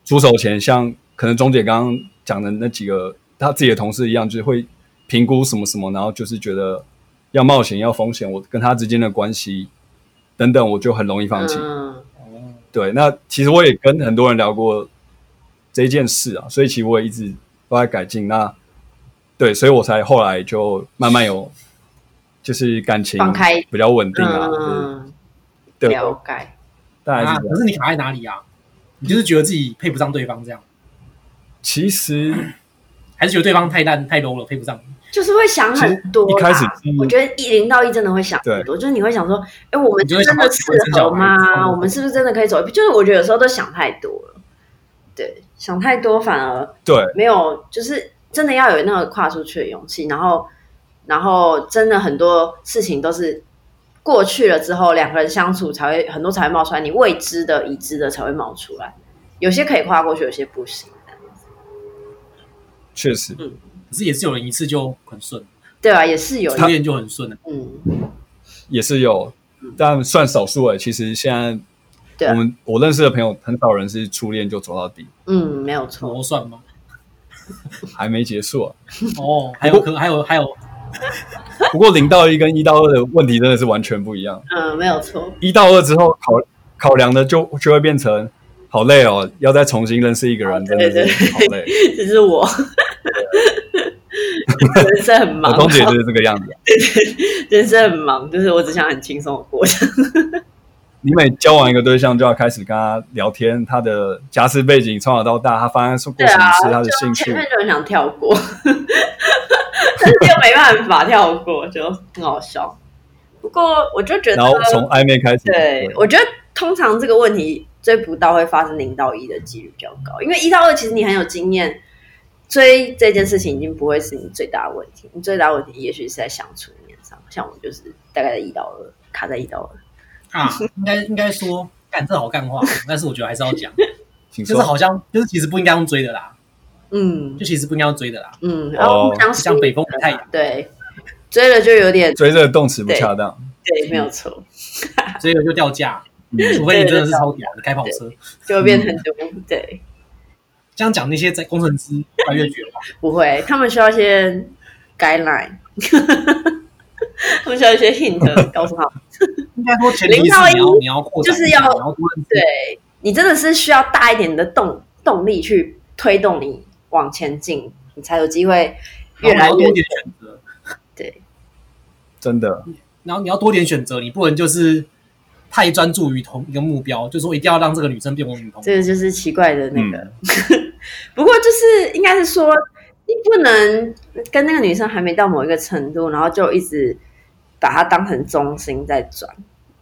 Speaker 3: 出手前，像可能钟姐刚刚讲的那几个她自己的同事一样，就是会评估什么什么，然后就是觉得要冒险要风险，我跟他之间的关系等等，我就很容易放弃。
Speaker 2: 嗯，
Speaker 3: 对，那其实我也跟很多人聊过这件事啊，所以其实我也一直都在改进。那对，所以我才后来就慢慢有，就是感情
Speaker 2: 放开
Speaker 3: 比较稳定啊。
Speaker 2: 嗯，
Speaker 3: 对，
Speaker 2: 了解。
Speaker 3: 大概
Speaker 1: 啊
Speaker 3: 是这
Speaker 1: 可
Speaker 3: 样。
Speaker 1: 是你卡在哪里啊？你就是觉得自己配不上对方这样，
Speaker 3: 其实
Speaker 1: 还是觉得对方太烂太 low 了，配不上你？
Speaker 2: 就是会想很多啦。
Speaker 3: 其实一开始是
Speaker 2: 我觉得一零到一真的会想很多，就是你会想说，哎，我们
Speaker 1: 你就会
Speaker 2: 真
Speaker 1: 想
Speaker 2: 的
Speaker 1: 到
Speaker 2: 适
Speaker 1: 结婚生
Speaker 2: 合
Speaker 1: 小孩之
Speaker 2: 吗？
Speaker 1: 后
Speaker 2: 我们是不是真的可以走一步？就是我觉得有时候都想太多了，对，想太多反而
Speaker 3: 对，
Speaker 2: 没有，就是真的要有那个跨出去的勇气。然后，然后真的很多事情都是过去了之后，两个人相处才会很多才会冒出来，你未知的、已知的才会冒出来。有些可以跨过去，有些不行。
Speaker 3: 确实
Speaker 1: 可是也是有人一次就很顺，
Speaker 2: 对啊，也是有人，
Speaker 1: 初恋就很顺了。
Speaker 2: 嗯，
Speaker 3: 也是有，但算少数诶。其实现
Speaker 2: 对啊
Speaker 3: 在我们我认识的朋友，很少人是初恋就走到底，
Speaker 2: 嗯，没有错。
Speaker 1: 我算吗？
Speaker 3: 还没结束、啊。
Speaker 1: 哦，还有可还有还有，
Speaker 3: 不过零到一跟一到二的问题真的是完全不一样。
Speaker 2: 嗯，没有错。
Speaker 3: 一到二之后考考量的就就会变成好累哦，要再重新认识一个人，真
Speaker 2: 哦对
Speaker 3: 的是好累。
Speaker 2: 这是我，人生很
Speaker 3: 我
Speaker 2: [LAUGHS] 忙，
Speaker 3: 东姐就是这个样子，
Speaker 2: 人生很忙，就是我只想很轻松的过。
Speaker 3: 你每交往一个对象就要开始跟他聊天，他的家世背景从小到大，他发生过
Speaker 2: 对
Speaker 3: 什么
Speaker 2: 啊
Speaker 3: 事，，他的
Speaker 2: 就
Speaker 3: 兴
Speaker 2: 前
Speaker 3: 趣
Speaker 2: 面，就很想跳过， [LAUGHS] 但是又没办法跳过，就很好笑。不过我就觉得
Speaker 3: 然，后从暧昧开始。
Speaker 2: 对我觉得通常这个问题追不到会发生零到一的几率比较高，因为一到二其实你很有经验，追这件事情已经不会是你最大的问题，你最大的问题也许是在相处面上，像我就是大概在一到二卡在一到二。
Speaker 1: 啊，应该应该说干这好干话，但是我觉得还是要讲，
Speaker 3: 请
Speaker 1: 就是
Speaker 3: 说。
Speaker 1: 好像就是其实不应该用追的啦，
Speaker 2: 嗯
Speaker 1: 就其实不应该用追的啦，
Speaker 2: 嗯，然
Speaker 3: 哦
Speaker 2: 后互相吸
Speaker 1: 像
Speaker 2: 引
Speaker 1: 北风不太
Speaker 2: [LAUGHS]
Speaker 1: 阳，
Speaker 2: 对，追了就有点
Speaker 3: 追这个动词不恰当，
Speaker 2: 对，没有错，
Speaker 1: 所以我就掉价，
Speaker 3: 嗯
Speaker 1: 除非你真的是超屌，你开跑车。
Speaker 2: 就会变成多、对，
Speaker 1: 这样讲那些在工程师越来越绝
Speaker 2: [LAUGHS]
Speaker 1: 望，
Speaker 2: 不会，他们需要一些 guideline，他们需要一些 hint 告诉他们，
Speaker 1: 应该说前提是你
Speaker 2: 零到
Speaker 1: 要
Speaker 2: 一
Speaker 1: 你要扩展，
Speaker 2: 就是要
Speaker 1: 你要多认识
Speaker 2: 对你真的是需要大一点的动动力去推动你往前进，你才有机会越
Speaker 1: 然
Speaker 2: 来
Speaker 1: 后你要多
Speaker 2: 越
Speaker 1: 点选择，
Speaker 2: 对，
Speaker 3: 真的
Speaker 1: 然后你要多点选择，你不能就是太专注于同一个目标，就说一定要让这个女生变我女朋友。
Speaker 2: 这个就是奇怪的那个。 [LAUGHS] 不过就是应该是说，你不能跟那个女生还没到某一个程度，然后就一直把她当成中心在转，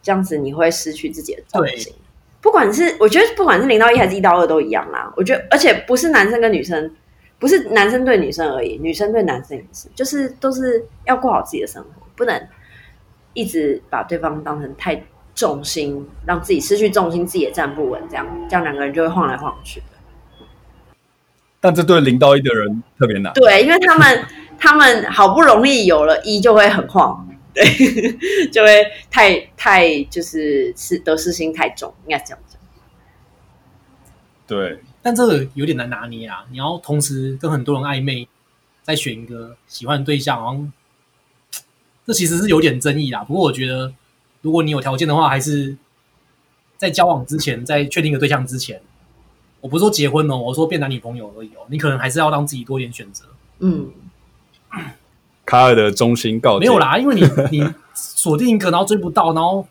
Speaker 2: 这样子你会失去自己的重心。不管是我觉得，不管是零到一还是一到二都一样啦。我觉得，而且不是男生跟女生，不是男生对女生而已，女生对男生也是，就是都是要过好自己的生活，不能一直把对方当成太重心，让自己失去重心，自己也站不稳，这样这样两个人就会晃来晃去的。
Speaker 3: 但这对零到一的人特别难。
Speaker 2: 对，因为他们他们好不容易有了一，就会很晃，对， [LAUGHS] 就会太太就是是得失心太重，应该是这样讲。
Speaker 3: 对，
Speaker 1: 但这个有点难拿捏啊！你要同时跟很多人暧昧，再选一个喜欢的对象，好像这其实是有点争议啦。不过我觉得，如果你有条件的话，还是在交往之前，在确定一个对象之前，我不是说结婚哦，我说变男女朋友而已哦。你可能还是要让自己多一点选择。
Speaker 2: 嗯，
Speaker 3: 卡尔的中心告
Speaker 1: 没
Speaker 3: 诫
Speaker 1: 有啦，因为你你锁定一个，然后追不到，然后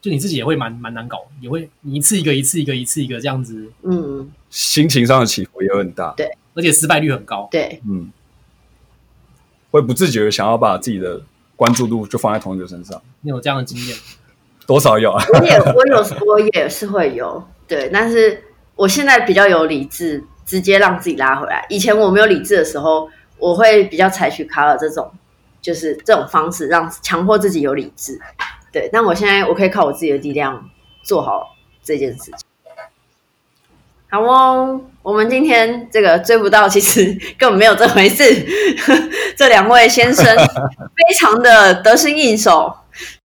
Speaker 1: 就你自己也会蛮蛮难搞，也会你一次一个，一次一个，一次一个这样子，
Speaker 2: 嗯，
Speaker 3: 心情上的起伏也很大。
Speaker 1: 而且失败率很高。
Speaker 2: 对，
Speaker 3: 嗯，会不自觉地想要把自己的关注度就放在同一个身上，
Speaker 1: 你有这样的经验吗？
Speaker 3: 多少有啊。
Speaker 2: 我也我有时我也是会有对，但是我现在比较有理智，直接让自己拉回来。以前我没有理智的时候，我会比较采取卡尔这种，就是这种方式让强迫自己有理智。对，但我现在我可以靠我自己的力量做好这件事情。好哦，我们今天这个追不到，其实根本没 [LAUGHS] 有这回事。这两位先生非常的得心应手，